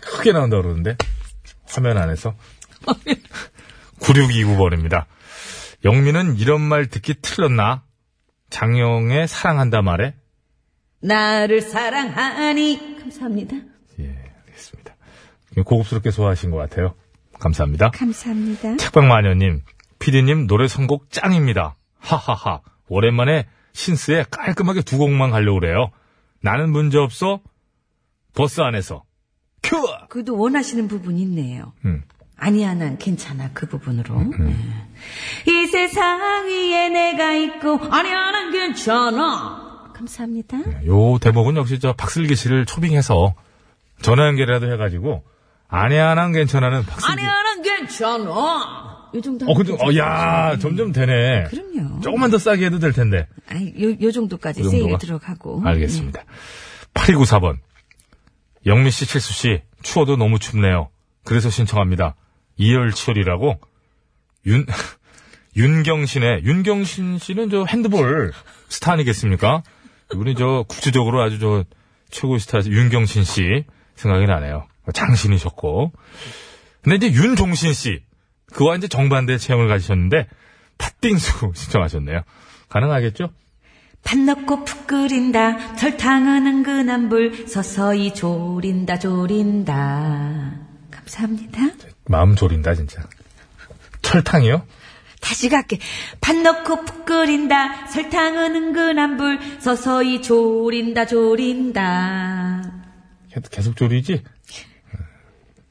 크게 나온다 그러는데. 화면 안에서. 9629번입니다. 영미는 이런 말 듣기 틀렸나? 장영의 사랑한다 말에. 나를 사랑하니. 감사합니다. 예, 알겠습니다. 고급스럽게 소화하신 것 같아요. 감사합니다. 감사합니다. 책방마녀님, 피디님 노래 선곡 짱입니다. 하하하. 오랜만에 신스에 깔끔하게 두 곡만 가려고 그래요. 나는 문제없어. 버스 안에서. 큐! 그래도 원하시는 부분이 있네요. 음. 아니야, 난 괜찮아, 그 부분으로. 예. 이 세상 위에 내가 있고, 아니야, 난 괜찮아. 감사합니다. 요 대목은 역시 저 박슬기 씨를 초빙해서 전화 연결이라도 해가지고 아니야 난 괜찮아는 박슬기. 아니야, 난 괜찮아. 요 정도. 어 근데 어야 점점 되네. 그럼요. 조금만 더 싸게 해도 될 텐데. 아니, 요, 요 정도까지 요 세일 그 정도가? 들어가고. 알겠습니다. 8294번 영민 씨, 칠수 씨 추워도 너무 춥네요. 그래서 신청합니다. 이열치열이라고 윤 [laughs] 윤경신의 윤경신 씨는 저 핸드볼 스타 아니겠습니까? 이분이 저 국제적으로 아주 저 최고의 스타 윤경신 씨 생각이 나네요. 장신이셨고 근데 이제 윤종신 씨 그와 이제 정반대 체형을 가지셨는데 팥빙수 [laughs] 신청하셨네요. 가능하겠죠? 밥 넣고 푹 끓인다. 설탕은 은근한 불. 서서히 졸인다, 졸인다. 감사합니다. 마음 졸인다 진짜. 철탕이요? 다시 갈게. 밥 넣고 푹 끓인다. 설탕은 은근한 불. 서서히 졸인다, 졸인다. 계속- 계속 졸이지?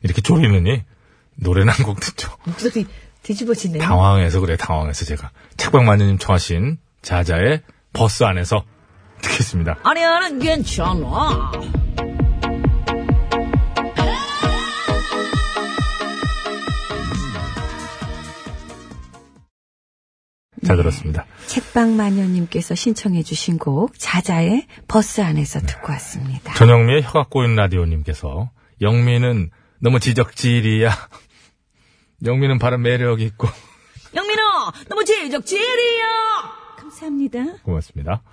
이렇게 졸이느니 노래는 한 곡 듣죠. 목소리 뒤집어지네요. 당황해서 그래 당황해서 제가 책방마녀님 청하신 자자의 버스 안에서 듣겠습니다. 아니, 나는 괜찮아. 잘 들었습니다. 책방마녀님께서 신청해주신 곡, 자자의 버스 안에서 듣고 왔습니다. 전영미의 혀가 꼬인 라디오님께서 영미는 너무 지적질이야. 영미는 바른 매력 있고 영민아, 너무 지적질이야! 감사합니다. 고맙습니다.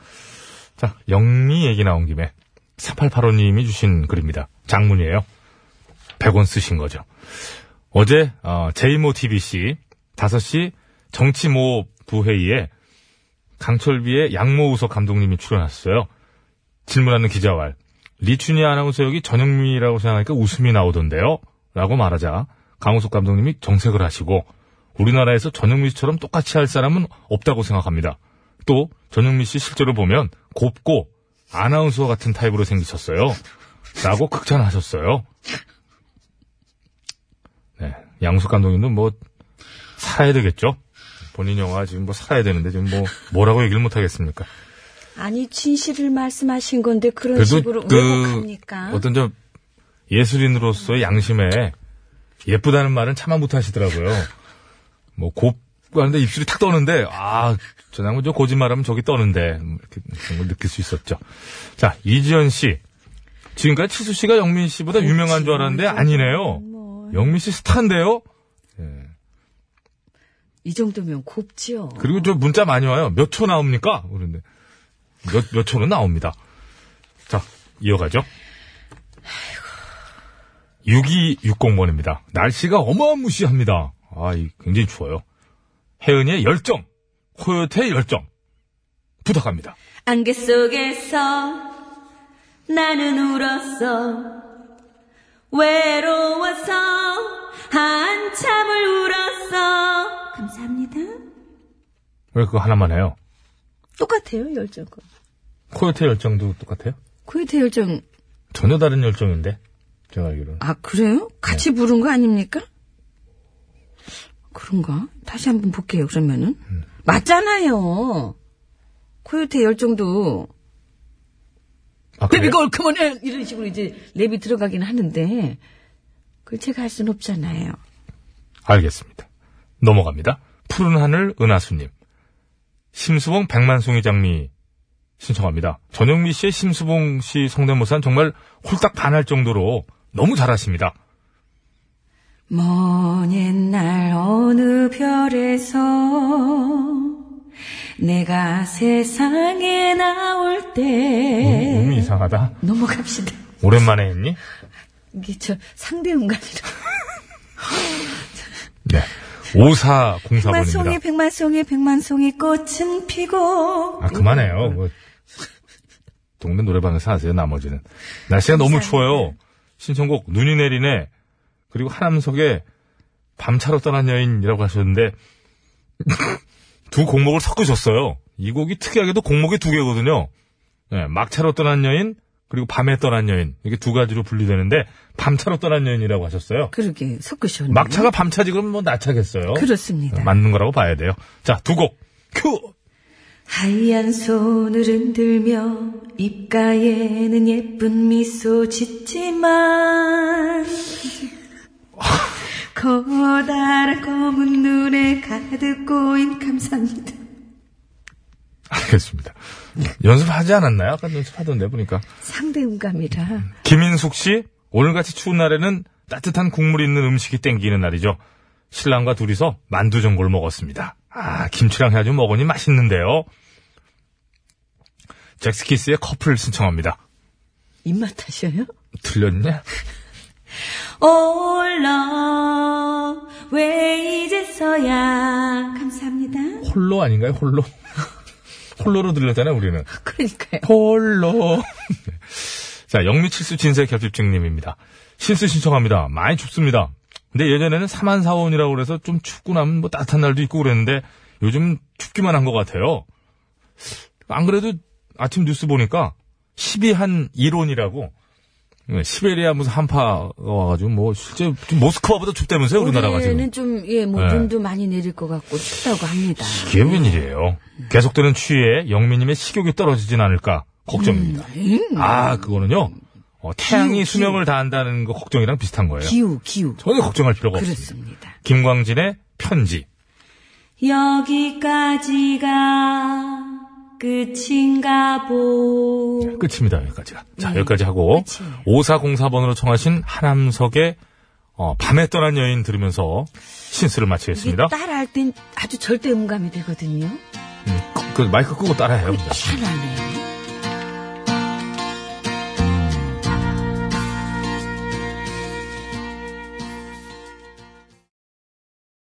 자, 영미 얘기 나온 김에 3885님이 주신 글입니다. 장문이에요. 100원 쓰신 거죠. 어제 어, 제이모 TBC 5시 정치 모 부회의에 강철비의 양모우석 감독님이 출연하셨어요. 질문하는 기자왈. 리춘희 아나운서 여기 전영미라고 생각하니까 웃음이 나오던데요. 라고 말하자 강우석 감독님이 정색을 하시고 우리나라에서 전영미 씨처럼 똑같이 할 사람은 없다고 생각합니다. 또 전영미 씨 실제로 보면 곱고 아나운서와 같은 타입으로 생기셨어요. 라고 극찬하셨어요. 네. 양우석 감독님도 뭐 살아야 되겠죠? 본인 영화 지금 뭐 살아야 되는데 지금 뭐 뭐라고 얘기를 못 하겠습니까? 아니, 진실을 말씀하신 건데 그런 식으로 그래도 왜곡합니까? 그 어떤 저 예술인으로서의 양심에 예쁘다는 말은 차마 못 하시더라고요. 뭐 곱고 하는데 입술이 탁 떠는데 아저 양반 저 거짓말하면 저기 떠는데 뭐 이렇게 그런 걸 느낄 수 있었죠. 자 이지연 씨 지금까지 치수 씨가 영민 씨보다 유명한 줄 알았는데 아니네요. 뭐. 영민 씨 스타인데요. 이 정도면 곱지요. 그리고 저 문자 많이 와요. 몇 초 나옵니까? 그런데 몇, 몇 초는 나옵니다. 자, 이어가죠. 6260번입니다. 날씨가 어마무시합니다. 아, 이 굉장히 추워요. 혜은이의 열정, 코요태의 열정 부탁합니다. 안개 속에서 나는 울었어. 외로워서 한참을 울었어. 감사합니다. 왜 그거 하나만 해요? 똑같아요, 열정은. 코요태 열정도 똑같아요? 코요태 열정, 전혀 다른 열정인데 제가 알기로는 아, 그래요? 네. 같이 부른 거 아닙니까? 그런가? 다시 한번 볼게요, 그러면은. 음. 맞잖아요. 코요태 열정도. 아, 랩 그래요? 이걸 그만해! 이런 식으로 이제 랩이 들어가긴 하는데. 그걸 제가 할 순 없잖아요. 알겠습니다. 넘어갑니다. 푸른 하늘 은하수님. 심수봉 백만송이 장미 신청합니다. 전영미 씨의 심수봉 씨 성대모사는 정말 홀딱 반할 정도로 너무 잘하십니다. 먼 옛날 어느 별에서 내가 세상에 나올 때 음이 이상하다. 넘어갑시다. 오랜만에 했니? 이게 저 상대 음감이라. 네. 5404번입니다. 백만송이 백만송이 백만송이 꽃은 피고 음. 아, 네. 그만해요. 뭐, 동네 노래방에서 하세요, 나머지는. 날씨가 너무 추워요. 신청곡, 눈이 내리네. 그리고 하남석의 밤차로 떠난 여인이라고 하셨는데, [laughs] 두 곡목을 섞으셨어요. 이 곡이 특이하게도 곡목이 두 개거든요. 예, 막차로 떠난 여인, 그리고 밤에 떠난 여인. 이게 두 가지로 분류되는데, 밤차로 떠난 여인이라고 하셨어요. 그러게 섞으셨네. 막차가 밤차지 그럼 뭐 나차겠어요. 그렇죠. 네, 그렇습니다. 맞는 거라고 봐야 돼요. 자, 두 곡. 큐! 하얀 손을 흔들며 입가에는 예쁜 [laughs] 미소 짓지만 커다란 검은 눈에 가득 꼬인 감사합니다. 알겠습니다. 연습하지 않았나요? 아까 연습하던데 보니까. 상대 음감이라 김인숙 씨, 오늘같이 추운 날에는 따뜻한 국물 있는 음식이 땡기는 날이죠. 신랑과 둘이서 만두 전골 먹었습니다. 아, 김치랑 해가지고 먹으니 맛있는데요. 잭스키스의 커플 신청합니다. 입맛 탓이에요? 들렸냐? 올라 왜 이제서야 감사합니다. 홀로 아닌가요? 홀로? [laughs] 홀로로 들렸잖아요, 우리는. [laughs] 그러니까요. 홀로. 네. [laughs] 자, 영미칠수 진세 결집증님입니다. 실수 신청합니다. 많이 춥습니다. 근데 예전에는 3만 4원이라고 그래서 좀 춥고 나면 뭐 따뜻한 날도 있고 그랬는데 요즘 춥기만 한 것 같아요. 안 그래도 아침 뉴스 보니까 12한 1원이라고 예, 시베리아 무슨 한파가 와가지고 뭐 실제 지금 모스크바보다 춥다면서요 우리나라가 지금 올해는 좀, 예, 뭐, 네. 눈도 많이 내릴 것 같고, 춥다고 합니다. 이게 웬일이에요 계속되는 추위에 영민님의 식욕이 떨어지진 않을까 걱정입니다 아 그거는요 어, 태양이 음, 네. 기후, 수명을 다한다는 거 걱정이랑 비슷한 거예요 기우, 기우. 전혀 걱정할 필요가 없습니다 그렇습니다. 김광진의 편지 여기까지가 끝인가 보. 끝입니다 여기까지가 자 네. 여기까지 하고 5404번으로 청하신 한암석의 어, 밤에 떠난 여인 들으면서 신스를 이게 마치겠습니다 따라할 땐 아주 절대 음감이 되거든요. 음, 끄- 그 마이크 끄고 따라해요 그냥. 희한하네.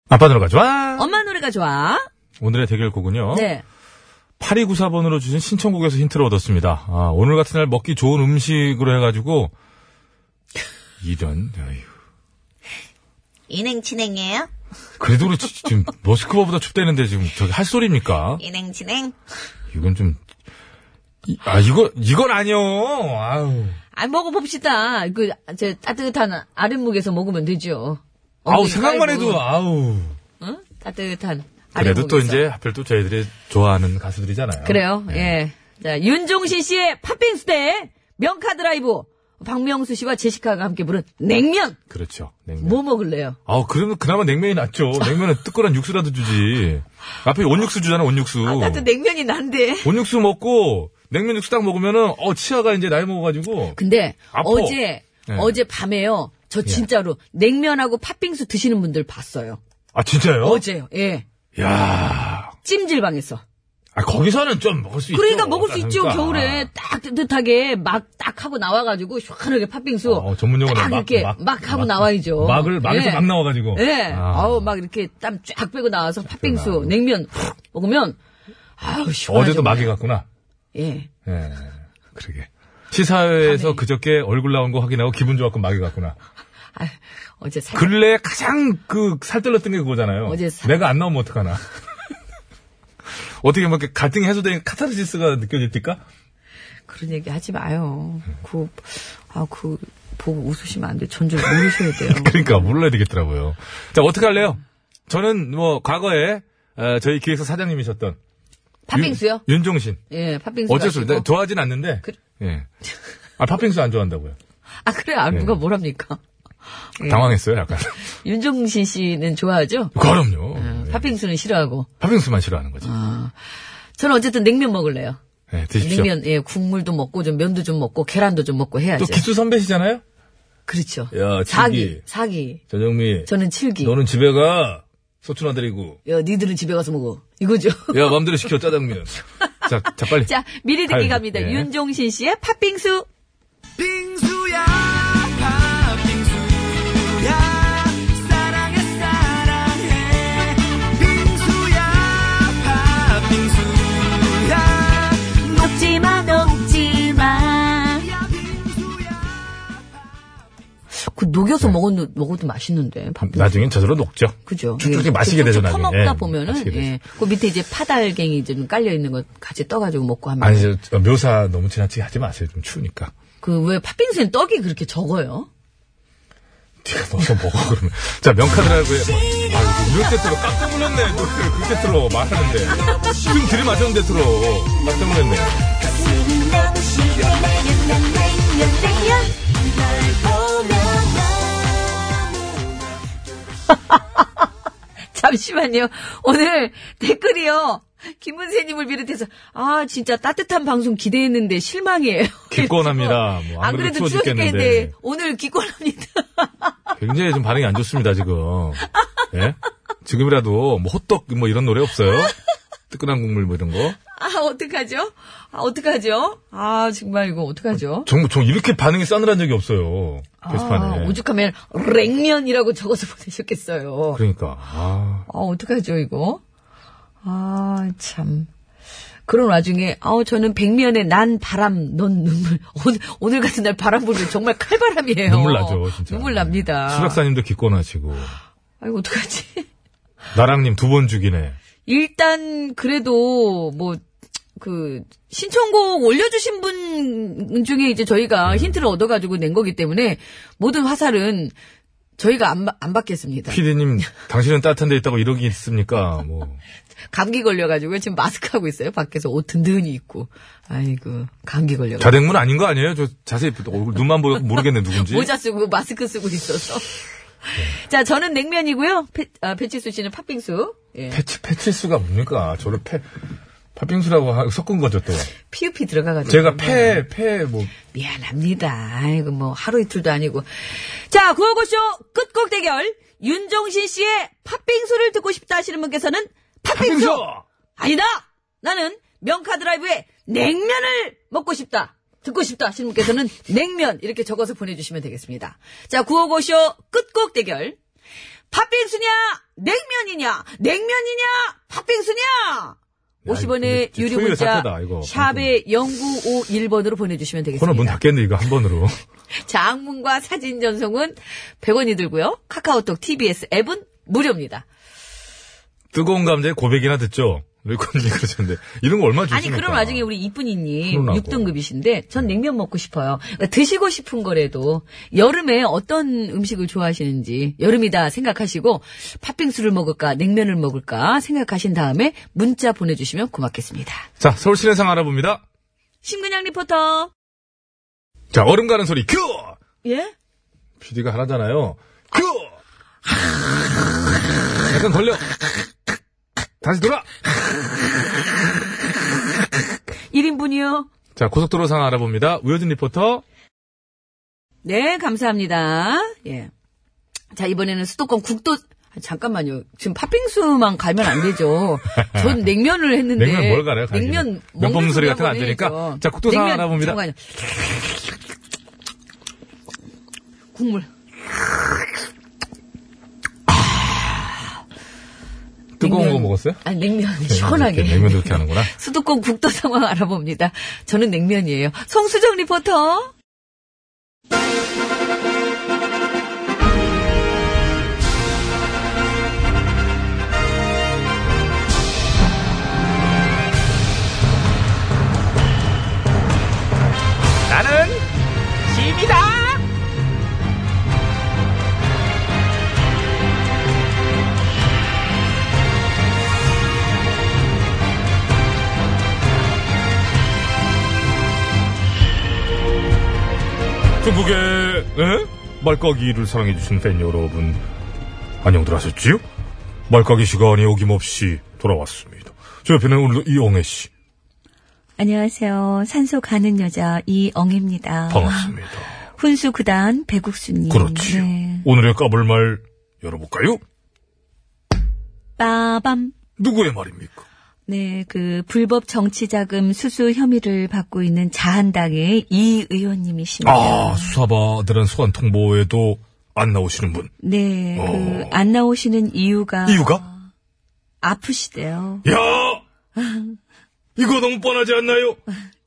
아빠 노래가 좋아 엄마 노래가 좋아. 오늘의 대결곡은요. 네. 8294번으로 주신 신청곡에서 힌트를 얻었습니다. 아, 오늘 같은 날 먹기 좋은 음식으로 해가지고, 이런, 아유. 인행 진행이에요? 그래도 그렇지, 지금, 모스크바보다 춥다는데 지금 저기 할 소리입니까? 인행 진행? 이건 좀, 이- 아, 이거, 이건 아니요! 아우. 아, 먹어봅시다. 그, 제 따뜻한 아랫목에서 먹으면 되죠. 아우, 엉덩이 생각만 깔고, 해도, 아우. 응? 따뜻한. 그래도 또 아랫목에서. 이제, 하필 또 저희들이 좋아하는 가수들이잖아요. 그래요. 네. 예. 자, 윤종신 씨의 팥빙수 대 명카 드라이브. 박명수 씨와 제시카가 함께 부른 냉면. 그렇죠. 냉면. 뭐 먹을래요? 아우, 그러면 그나마 냉면이 낫죠. 냉면은 뜨끈한 육수라도 주지. 앞에 온육수 주잖아, 온육수. 아, 나도 냉면이 난데. 온육수 먹고 냉면 육수 딱 먹으면은 어 치아가 이제 나이 먹어가지고 근데 아파. 어제, 네. 예. 어제 밤에요. 저 진짜로 냉면하고 팥빙수 드시는 분들 봤어요. 아 진짜요? 어제요. 예. 야, 찜질방에서. 아 거기서는 좀 먹을 수 있죠. 그러니까 먹을 수 있죠. 그러니까. 겨울에 딱 따뜻하게 막 딱 하고 나와가지고 시원하게 팥빙수. 어, 전문 용어는 딱 막, 이렇게 막, 막, 하고 막, 나와야죠. 막을 막에서 예. 막 나와가지고. 예. 아. 아우 막 이렇게 땀 쫙 빼고 나와서 팥빙수, 나와요. 냉면 훅 먹으면 아우 시원하죠. 어제도 막이 갔구나. 예. 예, 그러게. 시사회에서 그저께 얼굴 나온 거 확인하고 기분 좋았고 막이 갔구나. 아, 어제 살 근래 가장 그 살뜰했던 게 그거잖아요. 어제 살- 내가 안 나오면 어떡하나. 어떻게 뭐 이렇게 갈등이 해소되는 카타르시스가 느껴집니까? 그런 얘기 하지 마요. 그 아, 그 보고 웃으시면 안 돼. 전 좀 모르셔야 [laughs] 돼요. 그러니까 몰라야 되겠더라고요. 자 어떻게 할래요? 저는 뭐 과거에 어, 저희 기획사 사장님이셨던 팥빙수요? 윤, 종신 예, 팥빙수. 어쩔 수 없어요. 가지고. 좋아하진 않는데 그- 예. 아 팥빙수 안 좋아한다고요. 아, 그래. 아, 누가 예. 뭐랍니까? 예. 당황했어요 약간. [laughs] 윤종신 씨는 좋아하죠? 그럼요. 예. 음, 팥빙수는 아, 싫어하고. 팥빙수만 싫어하는 거지. 저는 어쨌든 냉면 먹을래요. 예, 드십시오. 냉면, 예, 국물도 먹고, 좀 면도 좀 먹고, 계란도 좀 먹고 해야죠. 또 기수 선배시잖아요. 그렇죠. 야, 사기, 칠기. 사기. 전영미. 저는 칠기 너는 집에 가. 소추나 드리고. 야, 니들은 집에 가서 먹어. 이거죠. 야 마음대로 시켜 짜장면. 자, 자 빨리. [laughs] 자, 미리 듣기 아유, 갑니다. 예. 윤종신 씨의 팥빙수. 빙수야 팥빙수야 사랑해 사랑해 빙수야 팥빙수야 녹지마 녹지마 야 빙수야 그 녹여서 먹어도, 먹어도 맛있는데, 팥빙수. 네. 나중엔 저절로 녹죠. 그죠. 쭉쭉 예. 마시게 쭉쭉 되죠, 나중에. 퍼먹다 예, 마시게 보면은, 되죠. 예. 그 밑에 이제 파달갱이 좀 깔려있는 거 같이 떠가지고 먹고 하면. 아니 저 묘사 너무 지나치게 하지 마세요. 좀 추우니까. 그 왜 팥빙수엔 떡이 그렇게 적어요? 네가 넣어서 먹어 그러면 자 명카드라이브에 아이고 이럴 때 들어 깜짝 놀랐네 또 그때 들어 말하는데 지금 들이마셨는데 들어 깜짝 놀랐네 [laughs] 잠시만요. 오늘 댓글이요. 김은세님을 비롯해서 아 진짜 따뜻한 방송 기대했는데 실망이에요. [laughs] 기권합니다. 뭐안 안 그래도 추워 그래도 추웠겠는데 죽겠는데. 오늘 기권합니다. 굉장히 좀 반응이 안 좋습니다 지금 예 지금이라도 뭐 호떡 뭐 이런 노래 없어요 뜨끈한 국물 뭐 이런 거 아 어떡하죠? 아 어떡하죠? 아 정말 이거 어떡하죠? 정말 저 이렇게 반응이 싸늘한 적이 없어요 게시판에 아, 오죽하면 냉면이라고 적어서 [laughs] 보내셨겠어요. 그러니까 아 아 어떡하죠 이거? 아 참. 그런 와중에 아우 저는 백면에 난 바람 넌 눈물 [laughs] 오늘 오늘 같은 날 바람 불면 정말 칼바람이에요. 눈물 나죠 진짜 눈물 납니다. 수락사님도 기권하시고 아이고 어떡하지? 나랑님 두 번 죽이네 일단 그래도 뭐 그 신청곡 올려주신 분 중에 이제 네. 저희가 힌트를 얻어가지고 낸 거기 때문에 모든 화살은 저희가 안, 받- 안 받겠습니다. 피디님, 당신은 따뜻한 데 있다고 이러겠습니까? 뭐. 감기 걸려가지고 지금 마스크 하고 있어요. 밖에서 옷 든든히 입고. 아이고 감기 걸려가지고 자댕문 아닌 거 아니에요? 저 자세히 얼굴 눈만 보여 모르겠네 누군지. 모자 쓰고 마스크 쓰고 있어서. 네. 자 저는 냉면이고요. 패, 아, 배치수 씨는 팥빙수. 예. 패치 패치수가 뭡니까? 저를 패 팥빙수라고 하- 섞은 거죠 또. PUP 들어가가지고. 제가 패 패 뭐 미안합니다. 아이고, 뭐, 하루 이틀도 아니고. 자, 구호고쇼 끝곡 대결. 윤종신 씨의 팥빙수를 듣고 싶다 하시는 분께서는 팥빙수! 아니다! 나는 명카드라이브의 냉면을 먹고 싶다. 듣고 싶다 하시는 분께서는 냉면 이렇게 적어서 보내주시면 되겠습니다. 자, 구호고쇼 끝곡 대결. 팥빙수냐? 냉면이냐? 냉면이냐? 팥빙수냐? 50원의 이거 유료 초유의 문자 사태다, 이거. 샵에 0951번으로 보내주시면 되겠습니다. 코너 문 닫겠네 이거 한 번으로. 장문과 사진 전송은 100원이 들고요. 카카오톡 TBS 앱은 무료입니다. 뜨거운 감자에 고백이나 듣죠. 레코님 그러셨는데 이런 거 얼마 주십니까? 아니 그런 와중에 우리 이쁜이님 그러라고. 6등급이신데 전 냉면 먹고 싶어요. 그러니까 드시고 싶은 거래도 여름에 어떤 음식을 좋아하시는지 여름이다 생각하시고 팥빙수를 먹을까 냉면을 먹을까 생각하신 다음에 문자 보내주시면 고맙겠습니다. 자 서울 시내 상 알아봅니다. 신근양 리포터 자 얼음 가는 소리 큐. 예? PD가 하나잖아요. 큐. 약간 걸려. 다시 돌아. 1인분이요. 자 고속도로 상 알아봅니다. 우효진 리포터. 네, 감사합니다. 예. 자, 이번에는 수도권 국도, 아, 잠깐만요. 지금 팥빙수만 갈면 안 되죠. [laughs] 전 냉면을 했는데. 냉면 뭘 갈아요, 갈기는? 냉면 면봉 먹는 소리 소리 같은 거안 한번 되니까. 해야죠. 자, 국도 상황 냉면, 알아봅니다. 잠깐만요. 국물. 뜨거운 냉면. 거 먹었어요? 아, 냉면. 시원하게. 이렇게, 냉면도 이렇게 [laughs] 하는구나. 수도권 국도 상황 알아봅니다. 저는 냉면이에요. 송수정 리포터. 나는 짐이다. 중국의 에? 말까기를 사랑해주신 팬 여러분 안녕들 하셨지요? 말까기 시간이 어김없이 돌아왔습니다. 저 옆에는 오늘도 이영애 씨 안녕하세요. 산소 가는 여자 이엉입니다. 반갑습니다. 훈수 구단 배국수님. 그렇지요. 네. 오늘의 까불 말 열어볼까요? 빠밤. 누구의 말입니까? 네, 그 불법 정치자금 수수 혐의를 받고 있는 자한당의 이 의원님이십니다. 아 수사바들은 소환 통보에도 안 나오시는 분. 네, 그 어. 안 나오시는 이유가 이유가? 아프시대요. 야 이거 너무 뻔하지 않나요?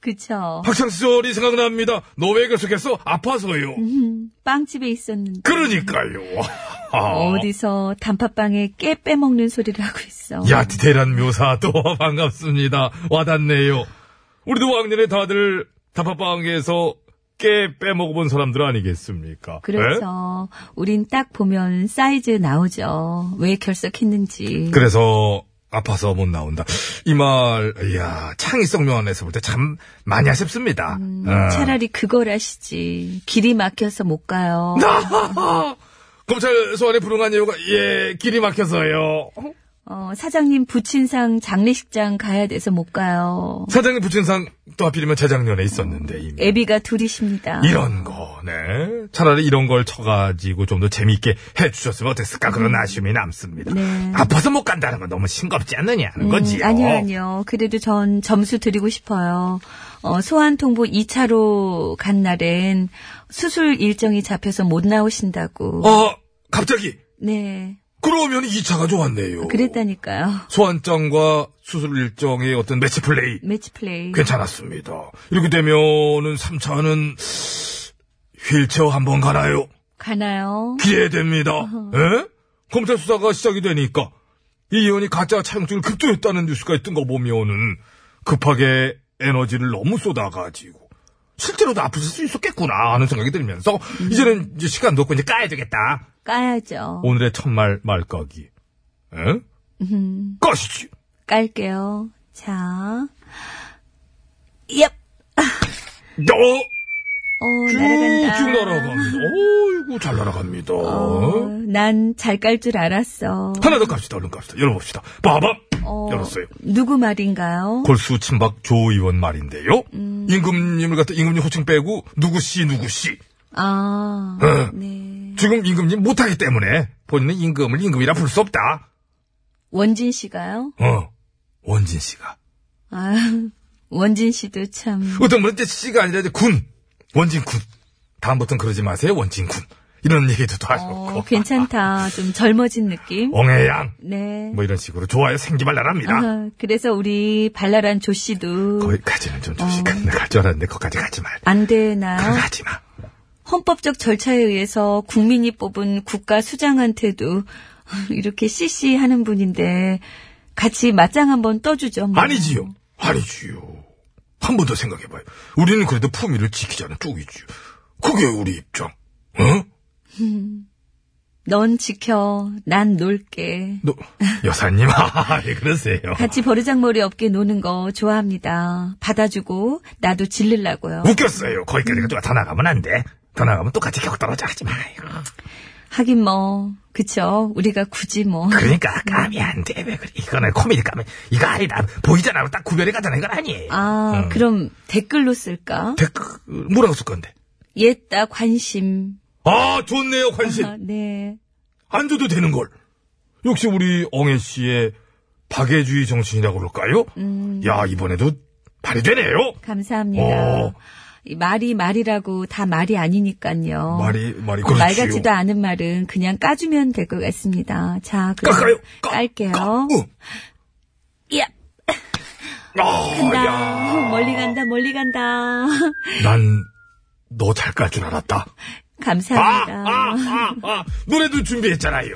그쵸? 학창 시절이 생각납니다. 너 왜 계속해서 아파서요? 음, 빵집에 있었는데 그러니까요. [laughs] 아. 어디서 단팥빵에 깨 빼먹는 소리를 하고 있어. 야, 디테일한 묘사 또 [laughs] 반갑습니다. 와닿네요. 우리도 왕년에 다들 다파방에서 깨 빼먹어본 사람들 아니겠습니까? 예? 그래서 우린 딱 보면 사이즈 나오죠. 왜 결석했는지. 그래서 아파서 못 나온다. 이 말, 이야, 창의성 면에서 볼 때 참 많이 아쉽습니다. 음, 아. 차라리 그걸 하시지. 길이 막혀서 못 가요. [laughs] 검찰 소환에 불응한 이유가, 예, 길이 막혀서요. 어, 사장님 부친상 장례식장 가야 돼서 못 가요. 사장님 부친상 또 하필이면 재작년에 있었는데, 이미. 애비가 둘이십니다. 이런 거, 네. 차라리 이런 걸 쳐가지고 좀 더 재미있게 해주셨으면 어땠을까 그런 아쉬움이 남습니다. 음. 네. 아파서 못 간다는 건 너무 싱겁지 않느냐는 음, 거지요. 아니요, 아니요. 그래도 전 점수 드리고 싶어요. 어, 소환 통보 2차로 간 날엔 수술 일정이 잡혀서 못 나오신다고. 어, 갑자기 네. 그러면 2차가 좋았네요. 그랬다니까요. 소환장과 수술 일정의 어떤 매치 플레이 매치 플레이. 그 괜찮았습니다. 이렇게 되면은 3차는 휠체어 한번 가나요? 가나요? 기대됩니다. 에? 검찰 수사가 시작이 되니까 이 의원이 가짜 차용증을 급조했다는 뉴스가 있던 거 보면은 급하게 에너지를 너무 쏟아가지고 실제로도 아프실 수 있었겠구나 하는 생각이 들면서 이제는 이제 시간도 없고 이제 까야 되겠다. 까야죠. 오늘의 첫말 말까기. 에? 까시지. 깔게요. 자. 얍! 너! 어, 쭉 날아간다. 날아갑니다. 어이구, 잘 날아갑니다. 어? 난 잘 깔 줄 알았어. 하나 더 갑시다. 얼른 갑시다. 열어봅시다. 빠밤! 어, 열었어요. 누구 말인가요? 골수 친박 조 의원 말인데요. 음. 임금님을 갖다 임금님 호칭 빼고 누구씨 누구씨. 아, 어. 네. 지금 임금님 못하기 때문에 본인은 임금을 임금이라 부를 수 없다. 원진 씨가요? 어. 원진 씨가. 아, 원진 씨도 참. 어떤 분은 이제 씨가 아니라 이제 군. 원진 군. 다음부터는 그러지 마세요. 원진 군. 이런 얘기도 다 하셨고. 어, 괜찮다. 좀 젊어진 느낌? 엉해양. 네. 뭐 이런 식으로 좋아요. 생기발랄합니다. 아, 그래서 우리 발랄한 조 씨도 거기까지는 어, 좀 조심. 네. 네, 갈줄 알았는데 거기까지 가지 말. 안 되나요? 그거 가지 마. 헌법적 절차에 의해서 국민이 뽑은 국가 수장한테도 이렇게 CC 하는 분인데 같이 맞짱 한번 떠주죠. 뭐. 아니지요. 아니지요. 한 번 더 생각해봐요. 우리는 그래도 품위를 지키자는 쪽이지요. 그게 우리 입장. 어? 넌 지켜, 난 놀게. [laughs] 너, 여사님, [laughs] 아, 왜 그러세요? 같이 버르장머리 없게 노는 거 좋아합니다. 받아주고 나도 질르려고요. 웃겼어요. 거기까지가 좀 더 나가면 안 돼. 더 나가면 똑같이 격 떨어져 하지 마요. 하긴 뭐 그쵸? 우리가 굳이 뭐 그러니까 감이 안 돼. 왜 그래. 이거는 코미디 감이. 이거 아니다. 보이잖아. 딱 구별이 가잖아. 이건 아니에요. 어. 아, 그럼 댓글로 쓸까? 댓글, 뭐라고 쓸 건데? 옛다 관심. 아, 좋네요. 관심. 아, [laughs] 네. 안 줘도 되는 걸. 역시 우리 엉애 씨의 박애주의 정신이라고 그럴까요? 음. 야, 이번에도 발휘되네요. 감사합니다. 어. 이 말이 말이라고 다 말이 아니니까요. 말이, 말이, 어, 그렇지요. 말 같지도 않은 말은 그냥 까주면 될 것 같습니다. 자, 그럼 깎아요. 깎- 어. 깔게요. 까- 응. 야, 아, 야. 간다. 멀리 간다. 멀리 간다. [laughs] 난, 너 잘 깔 줄 알았다. 아, 감사합니다. 아, 아, 아. 노래도 준비했잖아요.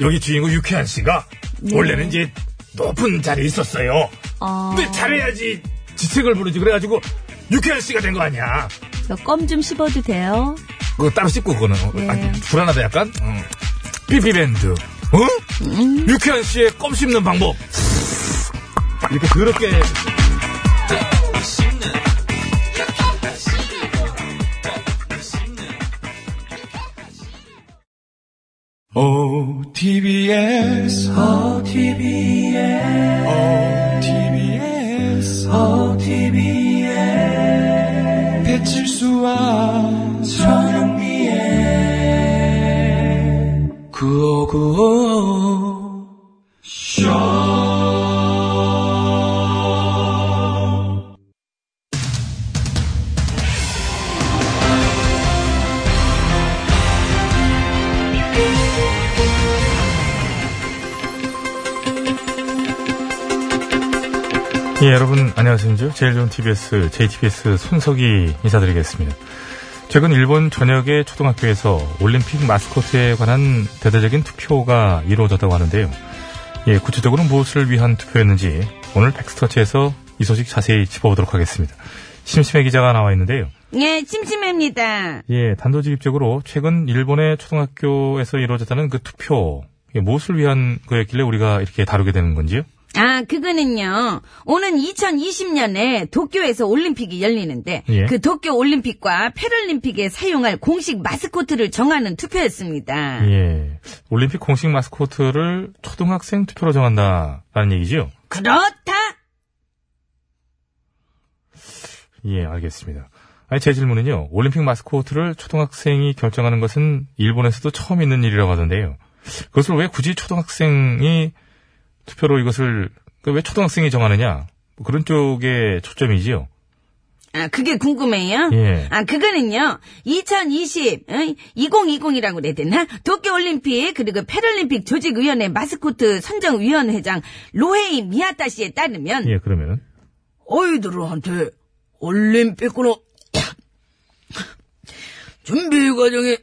여기 주인공 유쾌한 씨가 네. 원래는 이제 높은 자리에 있었어요. 어, 근데 잘해야지 지책을 부르지. 그래가지고 유쾌한 씨가 된 거 아니야. 껌 좀 씹어도 돼요? 그거 따로 씻고 그거는 네. 아, 불안하다 약간 응. 삐삐밴드 어? 유쾌한 씨의 껌 씹는 방법 이렇게 더럽게 OTBS, OTBS, OTBS, OTBS. 배칠수와 저녁미에 구호구호. 예, 여러분 안녕하십니까? 제일 좋은 TBS, JTBS 손석희 인사드리겠습니다. 최근 일본 전역의 초등학교에서 올림픽 마스코트에 관한 대대적인 투표가 이루어졌다고 하는데요. 예, 구체적으로 무엇을 위한 투표였는지 오늘 팩스터치에서 이 소식 자세히 짚어보도록 하겠습니다. 심심해 기자가 나와 있는데요. 예, 심심합니다. 예, 단도직입적으로 최근 일본의 초등학교에서 이루어졌다는 그 투표, 예, 무엇을 위한 거였길래 우리가 이렇게 다루게 되는 건지요? 아, 그거는요. 오는 2020년에 도쿄에서 올림픽이 열리는데 예. 그 도쿄 올림픽과 패럴림픽에 사용할 공식 마스코트를 정하는 아. 투표였습니다. 예. 올림픽 공식 마스코트를 초등학생 투표로 정한다라는 얘기지요? 그렇다. 예, 알겠습니다. 아니, 제 질문은요. 올림픽 마스코트를 초등학생이 결정하는 것은 일본에서도 처음 있는 일이라고 하던데요. 그것을 왜 굳이 초등학생이 투표로 이것을 그왜 초등학생이 정하느냐? 뭐 그런 쪽에 초점이지요. 아, 그게 궁금해요? 예. 아, 그거는요. 2020, 2020이라고 그래야 되나? 도쿄올림픽, 그리고 패럴림픽 조직위원회 마스코트 선정위원회장 로헤이 미야타 씨에 따르면 예, 그러면은 아이들한테 올림픽으로 준비 과정에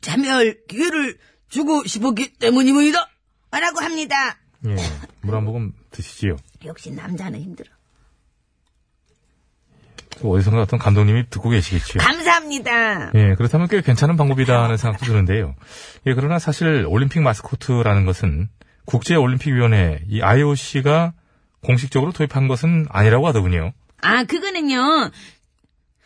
참여할 기회를 주고 싶었기 때문입니다. 라고 합니다. 예, 물 한 모금 드시지요. 역시 남자는 힘들어. 어디선가 어떤 감독님이 듣고 계시겠죠. 감사합니다. 예, 그렇다면 꽤 괜찮은 방법이다 하는 생각도 드는데요. 예, 그러나 사실 올림픽 마스코트라는 것은 국제올림픽위원회, 이 IOC가 공식적으로 도입한 것은 아니라고 하더군요. 아, 그거는요.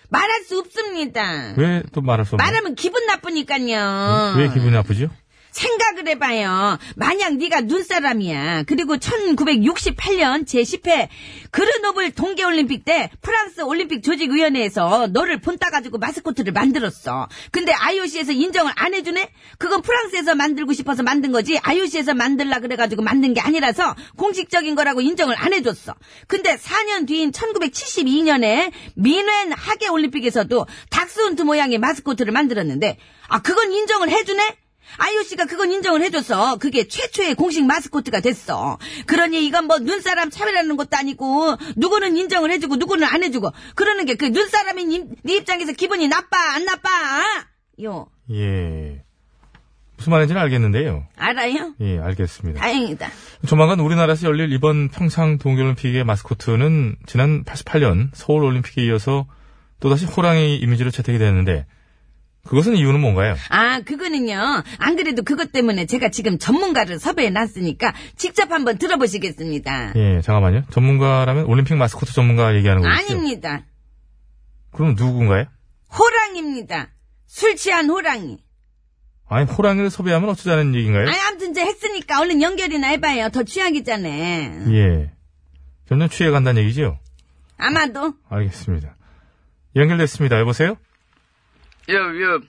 말할 수 없습니다. 왜 또 말할 수 없나요? 말하면 기분 나쁘니까요. 왜 기분이 나쁘죠? 생각을 해봐요. 만약 네가 눈사람이야. 그리고 1968년 제10회 그르노블 동계올림픽 때 프랑스 올림픽 조직위원회에서 너를 본따가지고 마스코트를 만들었어. 근데 IOC에서 인정을 안 해주네? 그건 프랑스에서 만들고 싶어서 만든 거지 IOC에서 만들라 그래가지고 만든 게 아니라서 공식적인 거라고 인정을 안 해줬어. 근데 4년 뒤인 1972년에 미넨 하계 올림픽에서도 닥스훈트 모양의 마스코트를 만들었는데 아 그건 인정을 해주네? IOC가 그건 인정을 해줘서 그게 최초의 공식 마스코트가 됐어. 그러니 이건 뭐 눈사람 차별하는 것도 아니고 누구는 인정을 해주고 누구는 안 해주고 그러는 게 그 눈사람인 임- 네 입장에서 기분이 나빠 안 나빠? 요 예. 무슨 말인지는 알겠는데요. 알아요? 예, 알겠습니다. 다행이다. 조만간 우리나라에서 열릴 이번 평창 동계올림픽의 마스코트는 지난 88년 서울올림픽에 이어서 또다시 호랑이 이미지로 채택이 됐는데 그것은 이유는 뭔가요? 아 그거는요. 안 그래도 그것 때문에 제가 지금 전문가를 섭외해 놨으니까 직접 한번 들어보시겠습니다. 예, 잠깐만요. 전문가라면 올림픽 마스코트 전문가 얘기하는 거겠죠? 아닙니다. 그럼 누군가요? 호랑입니다. 술 취한 호랑이. 아니, 호랑이를 섭외하면 어쩌자는 얘기인가요? 아니, 아무튼 이제 했으니까 얼른 연결이나 해봐요. 더 취하기 전에. 예. 점점 취해 간다는 얘기죠? 아마도. 알겠습니다. 연결됐습니다. 여보세요? Yeah, yeah.